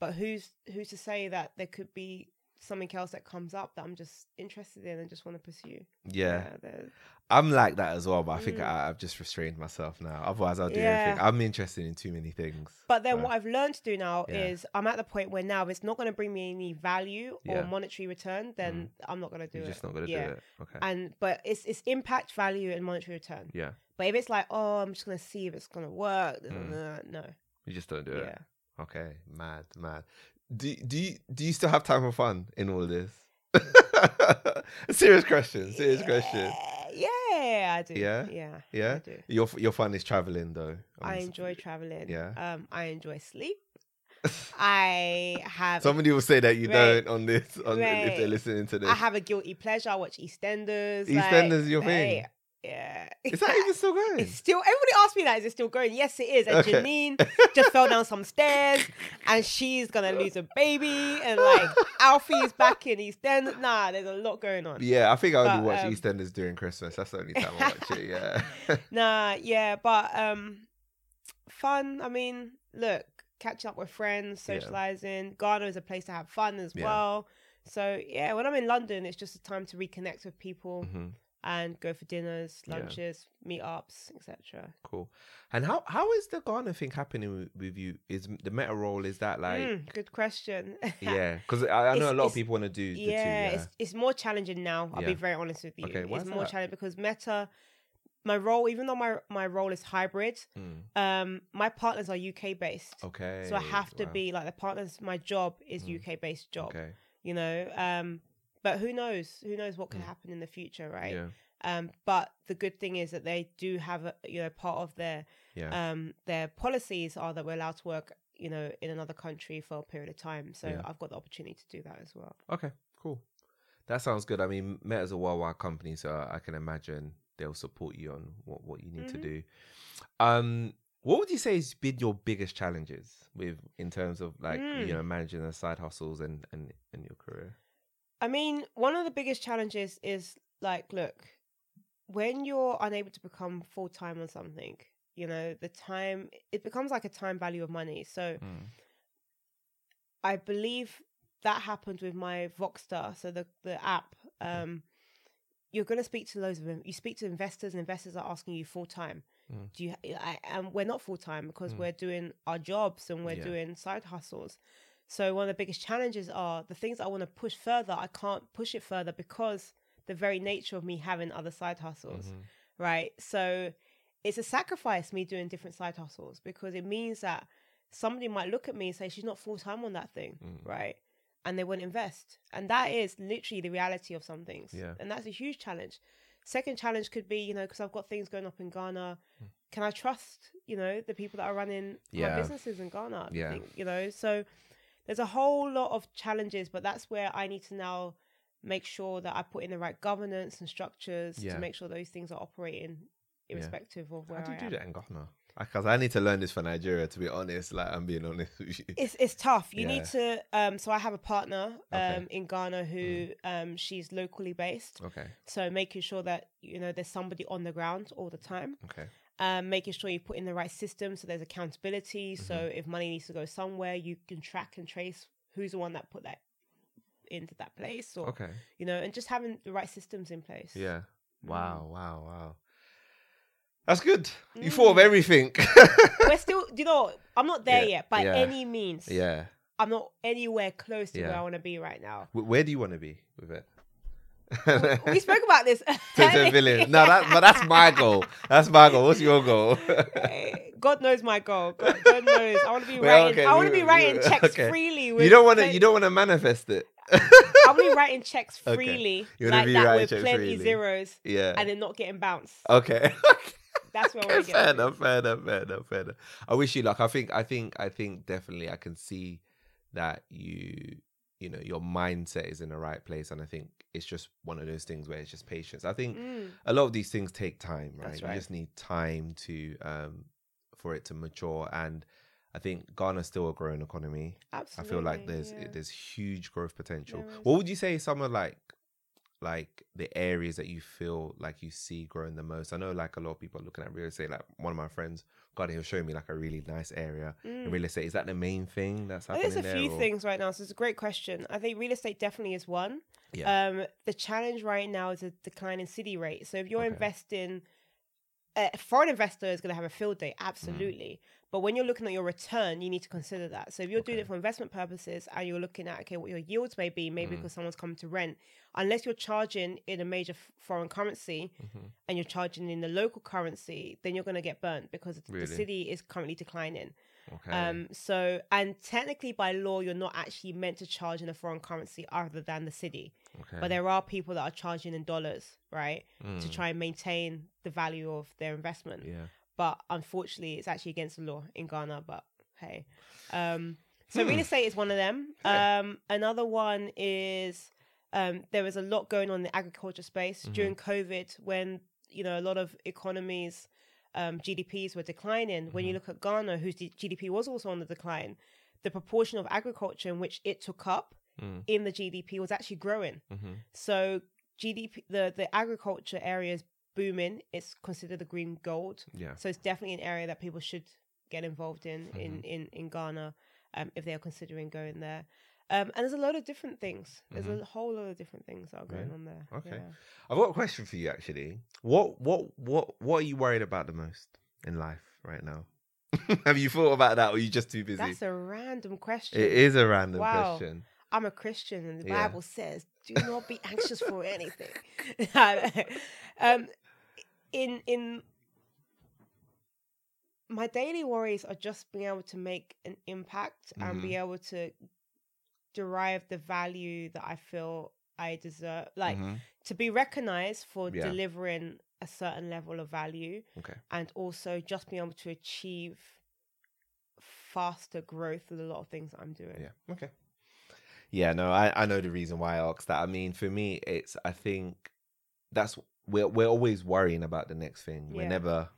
S1: but who's who's to say that there could be something else that comes up that I'm just interested in and just want to pursue?
S3: Yeah.
S1: there-
S3: I'm like that as well, but I think
S1: Mm.
S3: I, I've just restrained myself now. Otherwise, I'll do
S1: Yeah.
S3: everything. I'm interested in too many things.
S1: But then
S3: so-
S1: what I've learned to do now
S3: Yeah.
S1: is I'm at the point where now if it's not going to bring me any value
S3: Yeah. Mm.
S1: or monetary return, then I'm not going to do
S3: You're
S1: it.
S3: just not gonna
S1: Yeah.
S3: do it. Okay.
S1: And but it's it's impact, value, and monetary return.
S3: yeah.
S1: But if it's like, oh, I'm just gonna see if it's gonna work, no,
S3: You just don't do
S1: yeah.
S3: it. Okay. Mad. Mad. Do do you do you still have time for fun in all of this? serious question. Serious question.
S1: Yeah, yeah, I do.
S3: Yeah?
S1: yeah,
S3: Yeah.
S1: I do.
S3: Your f- your fun is traveling though.
S1: I
S3: s-
S1: enjoy traveling.
S3: Yeah.
S1: um, I enjoy sleep. I have.
S3: Somebody will say that you
S1: Right.
S3: don't on this on, if they're
S1: Right.
S3: listening to this.
S1: I have a guilty pleasure. I watch EastEnders. like,
S3: EastEnders is your thing?
S1: hey, yeah.
S3: Is that even still going?
S1: It's still everybody asks me that. Is it still going? Yes, it is. And
S3: Okay.
S1: Janine just fell down some stairs, and she's gonna lose a baby. And like Alfie is back in EastEnders. Nah, there's a lot going on.
S3: Yeah, I think I only
S1: But,
S3: watch
S1: um, Oh.
S3: EastEnders during Christmas. That's the only time I watch it. Yeah.
S1: Nah, yeah, but um, fun. I mean, look, catching up with friends,
S3: Yeah.
S1: socializing. Ghana is a place to have fun as
S3: Yeah.
S1: well. So yeah, when I'm in London, it's just a time to reconnect with people
S3: Mhm.
S1: and go for dinners,
S3: Yeah.
S1: lunches, meetups, etc.
S3: Cool. And how how is the Ghana thing happening with, with you? Is m- the meta role is that like
S1: Mm, good question.
S3: yeah? Because I, I
S1: It's-
S3: know a lot of
S1: it's-
S3: people want to do the two.
S1: yeah,
S3: Yeah.
S1: it's it's more challenging now. I'll be
S3: Yeah.
S1: very honest with you.
S3: Okay, why
S1: it's
S3: is
S1: more
S3: that?
S1: challenging because Meta, my role, even though my my role is hybrid,
S3: Mm.
S1: um, my partners are UK based.
S3: Okay.
S1: So I have to
S3: wow.
S1: be like the partners. My job is
S3: Mm.
S1: UK based job,
S3: Okay.
S1: you know. Um, but who knows? Who knows what could
S3: Mm.
S1: happen in the future, right?
S3: Yeah.
S1: Um, but the good thing is that they do have, a, you know, part of their
S3: Yeah.
S1: um their policies are that we're allowed to work, you know, in another country for a period of time. So
S3: Yeah.
S1: I've got the opportunity to do that as well.
S3: okay. Cool. That sounds good. I mean, Meta's a worldwide company, so I can imagine they'll support you on what what you need
S1: Mhm.
S3: to do. Um. What would you say has been your biggest challenges with in terms of like you
S1: Mm.
S3: know managing the side hustles and and, and your career?
S1: I mean, one of the biggest challenges is like, look, when you're unable to become full time on something, you know, the time it becomes like a time value of money. So
S3: Mm,
S1: I believe that happened with my Voxstar, so the the app. Um, you're going to speak to loads of them. You speak to investors, and investors are asking you full time.
S3: Mm.
S1: Do you? I, and we're not full time because
S3: Mm.
S1: we're doing our jobs and we're
S3: Yeah.
S1: doing side hustles. So one of the biggest challenges are the things I want to push further. I can't push it further because the very nature of me having other side
S3: mm-hmm.
S1: hustles, right? So it's a sacrifice me doing different side hustles because it means that somebody might look at me and say she's not full time on that thing,
S3: Mm.
S1: right? And they won't invest, and that is literally the reality of some things,
S3: Yeah.
S1: and that's a huge challenge. Second challenge could be, you know, because I've got things going up in Ghana. Can I trust, you know, the people that are running
S3: Hmm. Yeah.
S1: my businesses in Ghana?
S3: Yeah.
S1: Think, you know, so there's a whole lot of challenges, but that's where I need to now make sure that I put in the right governance and structures
S3: Yeah.
S1: to make sure those things are operating irrespective of where
S3: How do you
S1: I
S3: do
S1: am.
S3: that in Ghana? Because I need to learn this for Nigeria. To be honest, like I'm being honest with you.
S1: It's it's tough. You
S3: Yeah.
S1: need to um so I have a partner um
S3: Okay. Hmm.
S1: in Ghana who um she's locally based.
S3: Okay.
S1: So making sure that, you know, there's somebody on the ground all the time.
S3: Okay.
S1: um, making sure you put in the right system so there's accountability. So
S3: Mm-hmm.
S1: if money needs to go somewhere, you can track and trace who's the one that put that into that place, or
S3: Okay.
S1: you know, and just having the right systems in place.
S3: Yeah.
S1: Mm-hmm.
S3: Wow. Wow. Wow. That's good. You
S1: Mm-hmm.
S3: thought of everything.
S1: we're still, you know, I'm not there
S3: Yeah,
S1: yet by
S3: yeah.
S1: any means.
S3: yeah.
S1: I'm not anywhere close to where
S3: Yeah.
S1: I want to be right now.
S3: Wh- Where do you want to be with it?
S1: we spoke about this.
S3: to the village. No, that, but that's my goal. That's my goal. What's your goal?
S1: Right. God knows my goal. God, God knows. I want to be
S3: Well,
S1: writing.
S3: okay,
S1: I want to
S3: you-
S1: be writing
S3: you-
S1: checks
S3: okay.
S1: freely. With
S3: you don't want to.
S1: plen-
S3: You don't want to manifest it.
S1: I'm only writing checks
S3: Okay.
S1: freely,
S3: You're gonna
S1: like
S3: be
S1: that
S3: writing
S1: with
S3: checks
S1: plenty
S3: freely.
S1: zeros,
S3: Yeah.
S1: and then not getting bounced.
S3: okay.
S1: That's where I
S3: Okay,
S1: want to
S3: fair
S1: get.
S3: enough, fair enough, fair enough, fair enough. I wish you luck. I think, I think, I think definitely I can see that you, you know, your mindset is in the right place. And I think it's just one of those things where it's just patience. I think a lot of these things take time, right?
S1: Mm. That's
S3: You
S1: right.
S3: just need time to, um, for it to mature. And I think Ghana's still a growing economy. I
S1: Absolutely.
S3: feel like there's
S1: yeah.
S3: there's huge growth potential.
S1: There is.
S3: What would you say some of like like the areas that you feel like you see growing the most? I know like a lot of people are looking at real estate. Like one of my friends, God, he'll show me like a really nice area
S1: Mm.
S3: in real estate. Is that the main thing that's
S1: I
S3: happening
S1: think there's Hmm. a
S3: there?
S1: few
S3: or-
S1: things right now, so it's a great question. I think real estate definitely is one.
S3: Yeah.
S1: Um, the challenge right now is a decline in city rate. So if you're
S3: Okay.
S1: investing, a foreign investor is going to have a field day,
S3: Mm.
S1: absolutely. But when you're looking at your return, you need to consider that. So if you're doing it for investment purposes and you're looking at okay, what your yields may be,
S3: Mm.
S1: maybe because someone's coming to rent, unless you're charging in a major f- foreign currency
S3: Mm-hmm.
S1: and you're charging in the local currency, then you're going to get burnt because
S3: Really?
S1: the city is currently declining.
S3: Okay.
S1: Um, so, and technically by law, you're not actually meant to charge in a foreign currency other than the city.
S3: okay. Hmm, Mm.
S1: But there are people that are charging in dollars, right, to try and maintain the value of their investment.
S3: yeah.
S1: But unfortunately, it's actually against the law in Ghana. But hey, um, so
S3: Hmm.
S1: real estate is one of them. Um, another one is um, there was a lot going on in the agriculture space during COVID when you know a lot of economies um, GDPs were declining. When you look at Ghana, whose G- GDP was also on the decline, the proportion of agriculture in which it took up in the GDP was actually growing.
S3: mm-hmm,
S1: So GDP, the the agriculture area is booming. It's considered the green gold.
S3: Yeah.
S1: So it's definitely an area that people should get involved in in
S3: Mm-hmm.
S1: in in Ghana um, if they are considering going there. Um, and there's a lot of different things. There's a whole lot of different things that are going on there.
S3: Mm-hmm. Okay.
S1: Yeah.
S3: I've got a question for you actually. What what what what are you worried about the most in life right now? Have you thought about that or are you just too busy?
S1: That's a random question.
S3: it is a random
S1: Wow.
S3: question.
S1: I'm a Christian, and the
S3: Yeah.
S1: Bible says, "Do not be anxious for anything." um, in in my daily worries are just being able to make an impact and be
S3: Mm-hmm.
S1: able to derive the value that I feel I deserve, like to be recognized for
S3: Mm-hmm. Yeah.
S1: delivering a certain level of value,
S3: Okay.
S1: and also just being able to achieve faster growth with a lot of things that I'm doing.
S3: Yeah. Okay. Yeah, no, I, I know the reason why I asked that. I mean, for me, it's I think that's we're we're always worrying about the next thing. We're
S1: Yeah.
S3: never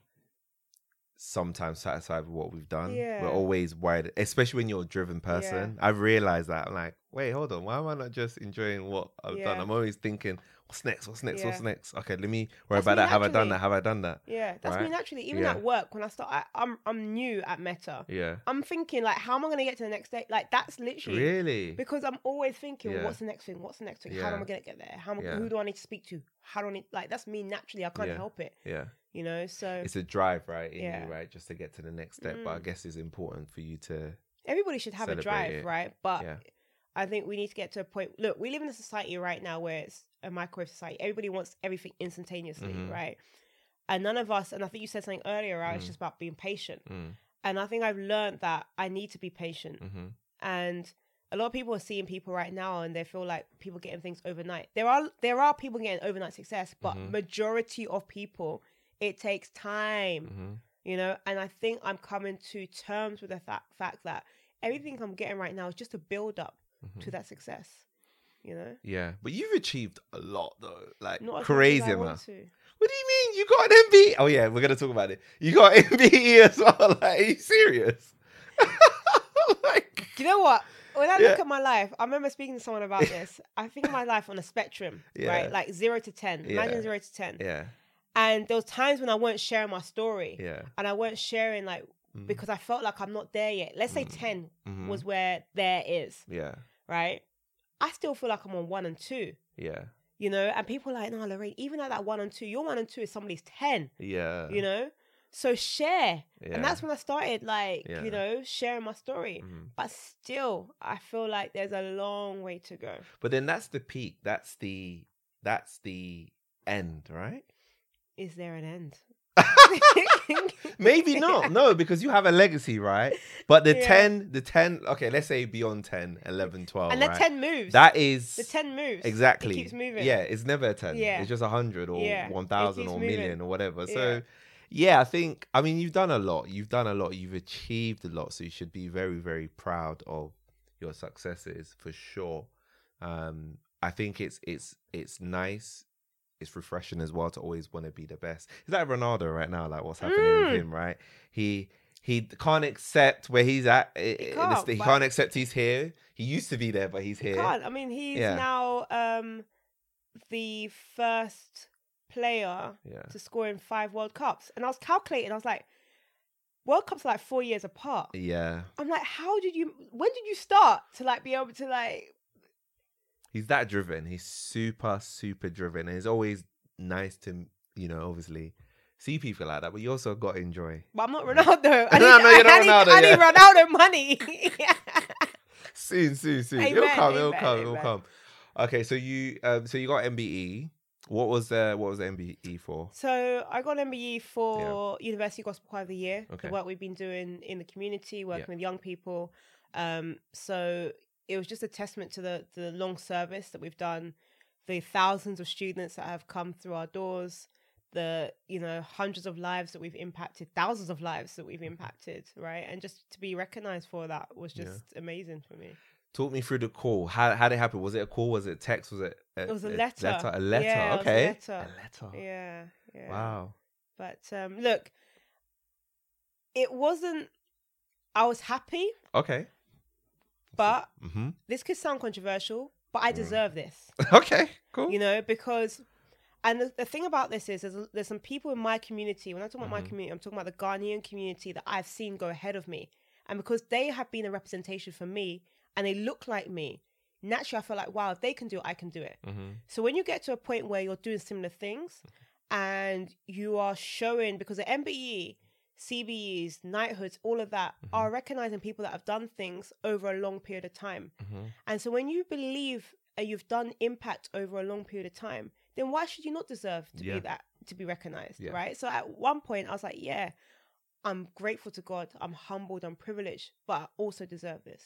S3: sometimes satisfied with what we've done.
S1: Yeah.
S3: We're always worried, especially when you're a driven person. I've realized that. I'm like, wait, hold on, why am I not just enjoying what I've done?
S1: Yeah.
S3: I'm always thinking, what's next? What's next? What's
S1: Yeah.
S3: next? Okay, let me worry
S1: That's
S3: about
S1: me
S3: that. Have I done
S1: naturally.
S3: that? Have I done that?
S1: Yeah, that's
S3: Right?
S1: me naturally. Even
S3: Yeah.
S1: at work, when I start, I, I'm I'm new at Meta.
S3: Yeah.
S1: I'm thinking like, how am I going to get to the next day? Like that's literally
S3: Really?
S1: because I'm always thinking,
S3: Yeah.
S1: what's the next thing? What's the next thing? How
S3: Yeah.
S1: am I going to get there? How am I,
S3: Yeah.
S1: who do I need to speak to? How do I need like that's me naturally. I can't
S3: Yeah.
S1: help it,
S3: Yeah.
S1: you know. So
S3: It's a drive, right? In
S1: Yeah. Mm.
S3: you, right? Just to get to the next step. But I guess it's important for you to
S1: everybody should have a
S3: Celebrate
S1: drive,
S3: it.
S1: right? But
S3: Yeah.
S1: I think we need to get to a point. Look, we live in a society right now where it's a microwave society. Everybody wants everything instantaneously,
S3: Mm-hmm.
S1: right? And none of us, and I think you said something earlier, right? It's just about being patient.
S3: Mm.
S1: And I think I've learned that I need to be patient.
S3: Mhm.
S1: And a lot of people are seeing people right now and they feel like people getting things overnight. There are there are people getting overnight success, but
S3: Mm-hmm.
S1: majority of people, it takes time
S3: Mm-hmm.
S1: you know and i think i'm coming to terms with the fa- fact that everything i'm getting right now is just a build up
S3: Mm.
S1: to that success you know
S3: mm-hmm. Yeah, but you've achieved a lot though, like
S1: Not as much as I
S3: crazy
S1: want
S3: amount.
S1: to.
S3: What do you mean you got an MBE? Oh yeah, we're gonna talk about it. You got MBE as well. Like, are you serious? like,
S1: Do you know what when i look
S3: Yeah.
S1: at my life i remember speaking to someone about this i think of my life on a spectrum
S3: Yeah.
S1: right like zero to ten
S3: Yeah.
S1: imagine zero to ten
S3: yeah,
S1: and there was times when i weren't sharing my story
S3: yeah, Mm-hmm.
S1: and i weren't sharing like because i felt like i'm not there yet let's say 10 was where there is
S3: yeah,
S1: right i still feel like i'm on one and two
S3: yeah,
S1: you know, and people are like, no, Lorraine, even at that one and two, your one and two is somebody's 10,
S3: yeah.
S1: you know? So share.
S3: Yeah.
S1: And that's when I started, like,
S3: Yeah. Mm-hmm.
S1: you know, sharing my story. But still, I feel like there's a long way to go.
S3: But then that's the peak. That's the that's the end, right?
S1: Is there an end?
S3: Maybe not. No, because you have a legacy, right? But the
S1: Yeah.
S3: 10, the 10, okay, let's say beyond 10, 11, 12.
S1: and the
S3: right?
S1: 10 moves.
S3: That is
S1: the 10 moves.
S3: Exactly.
S1: It keeps moving.
S3: Yeah, it's never a 10.
S1: Yeah.
S3: It's just a 100 or
S1: Yeah, it
S3: 1,000
S1: keeps
S3: or
S1: moving.
S3: million or whatever.
S1: Yeah.
S3: So, yeah, I think, I mean, you've done a lot. You've done a lot. You've achieved a lot. So, you should be very, very proud of your successes for sure. Um, I think it's it's it's nice. It's refreshing as well to always want to be the best. Is that Ronaldo right now? Like what's happening
S1: Mm.
S3: with him, right? He he can't accept where he's at. i- i- in the
S1: can't,
S3: sta- he
S1: but-
S3: can't accept he's here. He used to be there, but he's here.
S1: Can't. I mean, he's
S3: Yeah.
S1: now um, the first player
S3: Yeah.
S1: to score in five World Cups. And I was calculating, I was like, World Cups are like four years apart.
S3: Yeah.
S1: I'm like, how did you? When did you start to like be able to like?
S3: he's that driven. He's super, super driven. And it's always nice to, you know, obviously see people like that, but you also got to enjoy.
S1: But I'm not Ronaldo. I need,
S3: No, no, you're
S1: I,
S3: not
S1: need,
S3: Ronaldo,
S1: I need
S3: yeah.
S1: Ronaldo money.
S3: Soon, soon, soon. it'll
S1: Amen,
S3: come, it'll
S1: amen,
S3: come, it'll
S1: amen.
S3: come. Okay, so you um so you got MBE. What was the what was the MBE for?
S1: So I got an MBE for University Gospel Choir of the Year.
S3: Okay.
S1: The work we've been doing in the community, working
S3: Yeah.
S1: with young people. Um, so it was just a testament to the the long service that we've done, the thousands of students that have come through our doors, the you know hundreds of lives that we've impacted, thousands of lives that we've impacted, right? And just to be recognised for that was
S3: Mm-hmm. Yeah.
S1: just amazing for me.
S3: Talk me through the call. How how did it happen? Was it a call? Was it text? Was it
S1: It was a letter.
S3: A letter.
S1: Yeah, it was a
S3: okay.
S1: letter.
S3: A letter.
S1: Yeah, yeah.
S3: Wow.
S1: But um, look, it wasn't. I was happy,
S3: Okay.
S1: but
S3: Mm-hmm.
S1: this could sound controversial, but I deserve this,
S3: Okay. Cool.
S1: you know, because. And the, the thing about this is, there's, there's some people in my community. When I talk about my community, I'm talking about the Ghanaian community that I've seen go ahead of me, and because they have been a representation for me, and they look like me, naturally I feel like, wow, if they can do it, I can do it.
S3: Mm-hmm,
S1: So when you get to a point where you're doing similar things and you are showing because the E, MBE, CBEs, knighthoods, all of that
S3: Mm-hmm.
S1: are recognizing people that have done things over a long period of time.
S3: Mm-hmm.
S1: And so when you believe and you've done impact over a long period of time, then why should you not deserve to
S3: Yeah.
S1: be that to be recognized,
S3: Yeah.
S1: right? So at one point I was like, yeah, I'm grateful to God, I'm humbled, I'm privileged, but I also deserve this.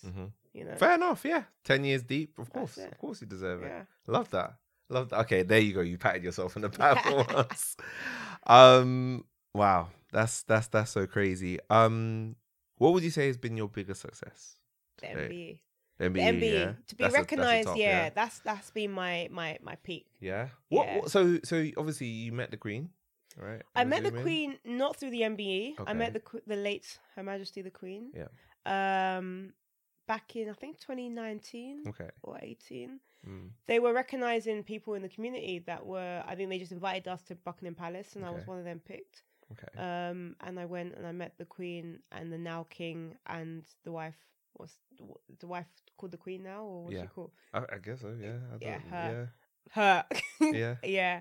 S1: You know?
S3: mm-hmm. Fair enough, yeah. Ten years deep, of course,
S1: it.
S3: of course, you deserve
S1: Yeah.
S3: it. Love that, love that. Okay, there you go. You patted yourself on the back for once. Um, wow, that's that's that's so crazy. Um, what would you say has been your biggest success?
S1: The E.
S3: Hey,
S1: MBE.
S3: MBE,
S1: the MBE
S3: yeah?
S1: to be
S3: That's a- that's a
S1: recognized.
S3: top,
S1: yeah, that's that's been my my my peak.
S3: yeah. What,
S1: Yeah.
S3: what- So so obviously you met the Queen, right?
S1: I met the
S3: Resuming.
S1: Queen not through the MBE. I
S3: Okay.
S1: met the que- the late Her Majesty the Queen.
S3: Yeah.
S1: Um, back in I think 2019
S3: Okay.
S1: or 18,
S3: Mm.
S1: they were recognizing people in the community that were. I think they just invited us to Buckingham Palace, and I was
S3: Okay.
S1: one of them picked.
S3: Okay.
S1: Um, and I went and I met the Queen and the now King and the wife. Was the wife called the Queen now, or what's
S3: Yeah.
S1: she called?
S3: I, I guess so. Yeah. I
S1: yeah,
S3: don't-
S1: her. Her.
S3: Yeah. Yeah.
S1: Yeah.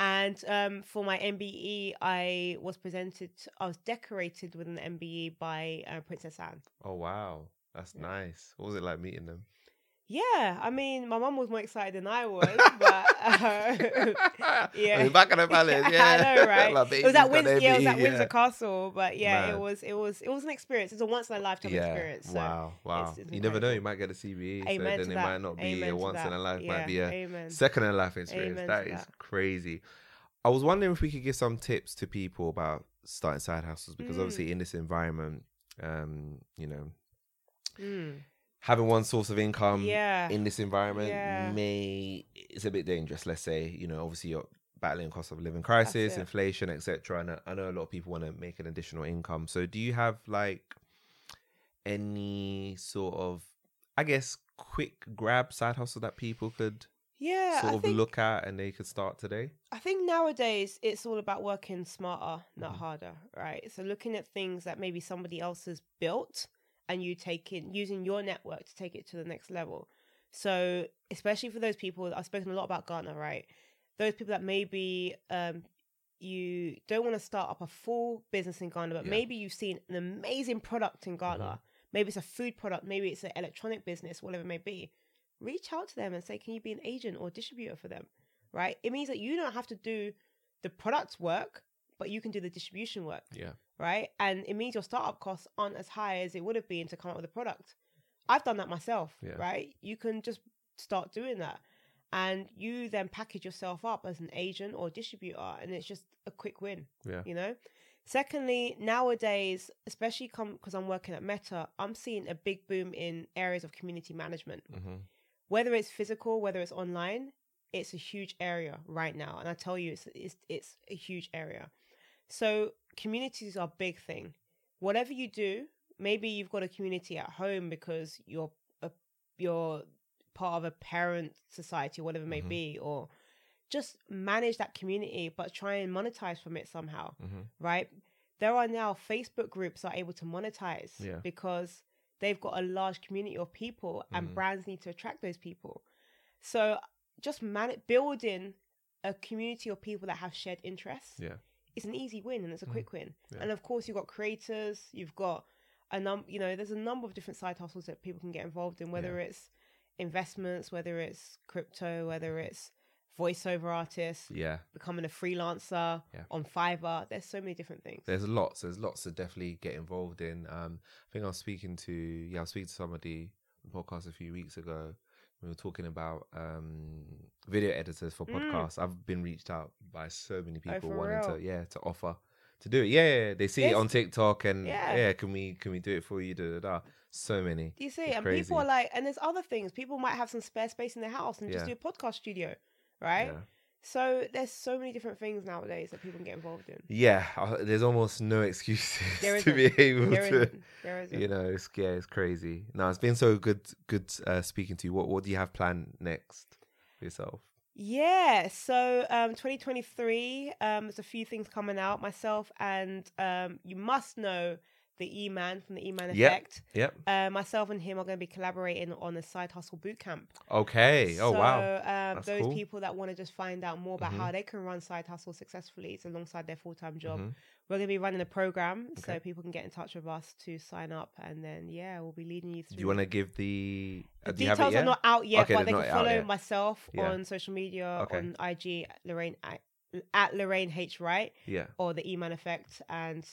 S1: And um, for my MBE, I was presented, I was decorated with an MBE by uh, Princess Anne.
S3: Oh wow, that's nice. What was it like meeting them?
S1: Yeah, I mean, my mum was more excited than I was, but uh, yeah,
S3: We're back at the palace, yeah.
S1: I know, right?
S3: My
S1: it was at
S3: baby's got
S1: Windsor, yeah, it was
S3: everything,
S1: at Windsor
S3: yeah.
S1: Castle, but yeah,
S3: Man.
S1: it was, it was, it was an experience. It's a once in a lifetime experience. So
S3: wow, wow.
S1: it's- it's
S3: you never know,
S1: incredible.
S3: you might get a CBE, so
S1: Amen
S3: then
S1: to
S3: it
S1: that.
S3: might not be
S1: Amen
S3: a
S1: to
S3: once in
S1: that.
S3: a life,
S1: Yeah,
S3: might be a
S1: amen.
S3: second in life experience.
S1: Amen
S3: that
S1: to
S3: is
S1: that.
S3: crazy. I was wondering if we could give some tips to people about starting side hustles because
S1: Mm.
S3: obviously in this environment, um, you know,
S1: Mm.
S3: having one source of income
S1: yeah,
S3: in this environment
S1: Yeah.
S3: may it's a bit dangerous. Let's say you know, obviously you're battling cost of living crisis,
S1: it.
S3: inflation, etc. And I- I know a lot of people want to make an additional income. So do you have like any sort of, I guess, quick grab side hustle that people could
S1: yeah.
S3: sort
S1: I
S3: of
S1: think,
S3: look at and they could start today?
S1: I think nowadays it's all about working smarter, not harder, right? So looking at things that maybe somebody else has built and you taking using your network to take it to the next level. So especially for those people, I've spoken a lot about Ghana, right? Those people that maybe um, you don't want to start up a full business in Ghana, but
S3: Yeah.
S1: maybe you've seen an amazing product in Ghana. Maybe it's a food product, maybe it's an electronic business, whatever it may be. Reach out to them and say, can you be an agent or distributor for them? Right? It means that you don't have to do the product work, but you can do the distribution work
S3: Yeah.
S1: right? And it means your startup costs aren't as high as it would have been to come up with a product. I've done that myself,
S3: Yeah.
S1: right? You can just start doing that. And you then package yourself up as an agent or distributor, and it's just a quick win,
S3: Yeah.
S1: you know? Secondly, nowadays, especially because I'm working at Meta, I'm seeing a big boom in areas of community management
S3: Mm-hmm.
S1: whether it's physical, whether it's online, it's a huge area right now. And I tell you, it's it's, it's a huge area. So communities are a big thing. Whatever you do, maybe you've got a community at home because you're a, you're part of a parent society, whatever it may
S3: Mhm.
S1: be, or just manage that community, but try and monetize from it somehow
S3: Mhm.
S1: right? There are now Facebook groups that are able to monetize
S3: Yeah.
S1: because they've got a large community of people and
S3: Mhm.
S1: brands need to attract those people. So just man- building a community of people that have shared interests
S3: Yeah.
S1: is an easy win and it's a
S3: Mhm.
S1: quick win.
S3: Yeah.
S1: And of course you've got creators, you've got a num you know, there's a number of different side hustles that people can get involved in, whether it's investments, whether it's crypto, whether it's voiceover artists,
S3: Yeah.
S1: becoming a freelancer
S3: Yeah.
S1: on Fiverr. There's so many different things.
S3: There's lots. There's lots to definitely get involved in. Um, I think I was speaking to yeah, I was speaking to somebody on the podcast a few weeks ago. We were talking about um, video editors for
S1: Mm. Oh,
S3: podcasts. I've been reached out by so many people
S1: for
S3: wanting
S1: real?
S3: to yeah to offer to do it. Yeah, yeah, yeah. they see it
S1: Yes.
S3: on TikTok and yeah.
S1: Yeah.
S3: can we can we do it for you? Da da da. So many.
S1: Do you see?
S3: It's
S1: and
S3: crazy.
S1: people are like, and there's other things. People might have some spare space in their house and just do
S3: Yeah.
S1: a podcast studio, right?
S3: Yeah.
S1: So there's so many different things nowadays that people can get involved in.
S3: Yeah, uh, there's almost no excuses
S1: There
S3: to be
S1: isn't.
S3: able
S1: There
S3: to.
S1: isn't. There isn't.
S3: You know, it's yeah, it's crazy. No, it's been so good, good uh, speaking to you. What what do you have planned next for yourself?
S1: Yeah, so um, 2023, um, there's a few things coming out. Myself and um, you must know the E Man from the E Man
S3: Yep.
S1: Effect.
S3: Yep.
S1: Uh, myself and him are going to be collaborating on a side hustle boot camp.
S3: Okay.
S1: so,
S3: Oh wow.
S1: Um,
S3: That's
S1: those
S3: cool.
S1: people that want to just find out more about
S3: Mhm.
S1: how they can run side hustles successfully it's alongside their full time job.
S3: Mhm.
S1: We're going to be running a program
S3: Okay.
S1: so people can get in touch with us to sign up, and then yeah, we'll be leading you through.
S3: Do you want to give the, uh,
S1: The
S3: do you have it
S1: details are
S3: yet?
S1: not out yet,
S3: Okay,
S1: but
S3: they're
S1: they
S3: not
S1: can
S3: out
S1: follow
S3: yet.
S1: myself
S3: Yeah.
S1: on social media
S3: Okay.
S1: on IG at Lorraine at, at Lorraine H Wright
S3: Yeah.
S1: or the E Man Effect, and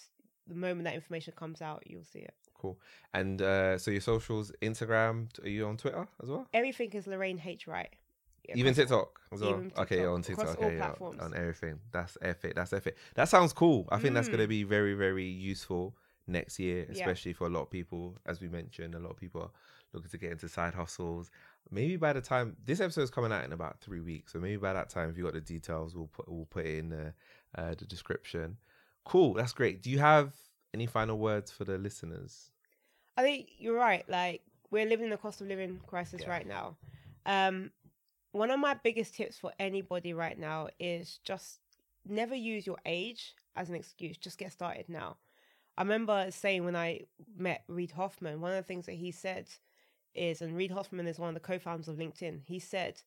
S1: the moment that information comes out, you'll see it.
S3: Cool. And uh, so your socials, Instagram. t- Are you on Twitter as well?
S1: Everything is Lorraine H Wright. Yeah,
S3: Even
S1: that's all.
S3: TikTok as well.
S1: Even
S3: Okay, you're on
S1: TikTok.
S3: TikTok.
S1: Across all
S3: okay, yeah,
S1: platforms.
S3: on everything. That's epic. That's epic. That sounds cool. I think that's
S1: Mm.
S3: going to be very, very useful next year,
S1: Yeah.
S3: especially for a lot of people. As we mentioned, a lot of people are looking to get into side hustles. Maybe by the time this episode is coming out in about three weeks, so maybe by that time, if you got the details, we'll put we'll put it in the uh, the description. Cool. That's great. Do you have any final words for the listeners?
S1: I think you're right. Like we're living in a cost of living crisis
S3: Yeah.
S1: right now. Um, one of my biggest tips for anybody right now is just never use your age as an excuse. Just get started now. I remember saying when I met Reid Hoffman, one of the things that he said is, and Reid Hoffman is one of the co-founders of LinkedIn. He said,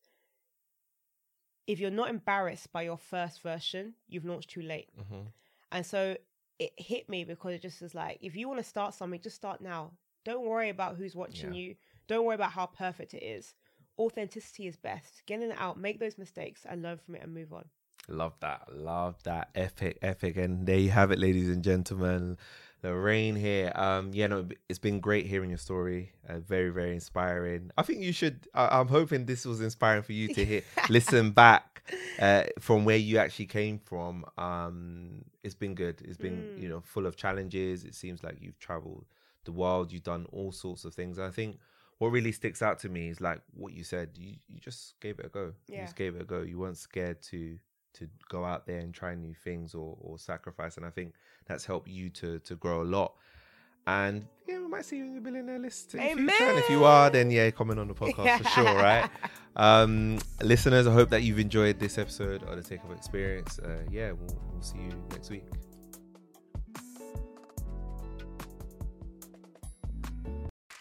S1: "If you're not embarrassed by your first version, you've launched too late."
S3: Mm-hmm.
S1: And so it hit me because it just is like, if you want to start something, just start now. Don't worry about who's watching
S3: Yeah.
S1: you. Don't worry about how perfect it is. Authenticity is best. Get in and out, make those mistakes and learn from it and move on.
S3: Love that. Love that. Epic, epic. And there you have it, ladies and gentlemen. Lorraine here. Um, yeah, no, it's been great hearing your story. Uh, very, very inspiring. I think you should. I, I'm hoping this was inspiring for you to hear. listen back uh, from where you actually came from. Um, it's been good. It's been you know full of challenges. It seems like you've traveled the world. You've done all sorts of things. And I think what really sticks out to me is like what you said. You you just gave it a go. You
S1: Yeah.
S3: just gave it a go. You weren't scared to to go out there and try new things or or sacrifice. And I think that's helped you to to grow a lot. And yeah, we might see you in the billionaire list. If you, can. if you are, then yeah, comment on the podcast for sure, right? Um, listeners, I hope that you've enjoyed this episode of the Takeoff Experience. Uh, yeah, we'll, we'll see you next week.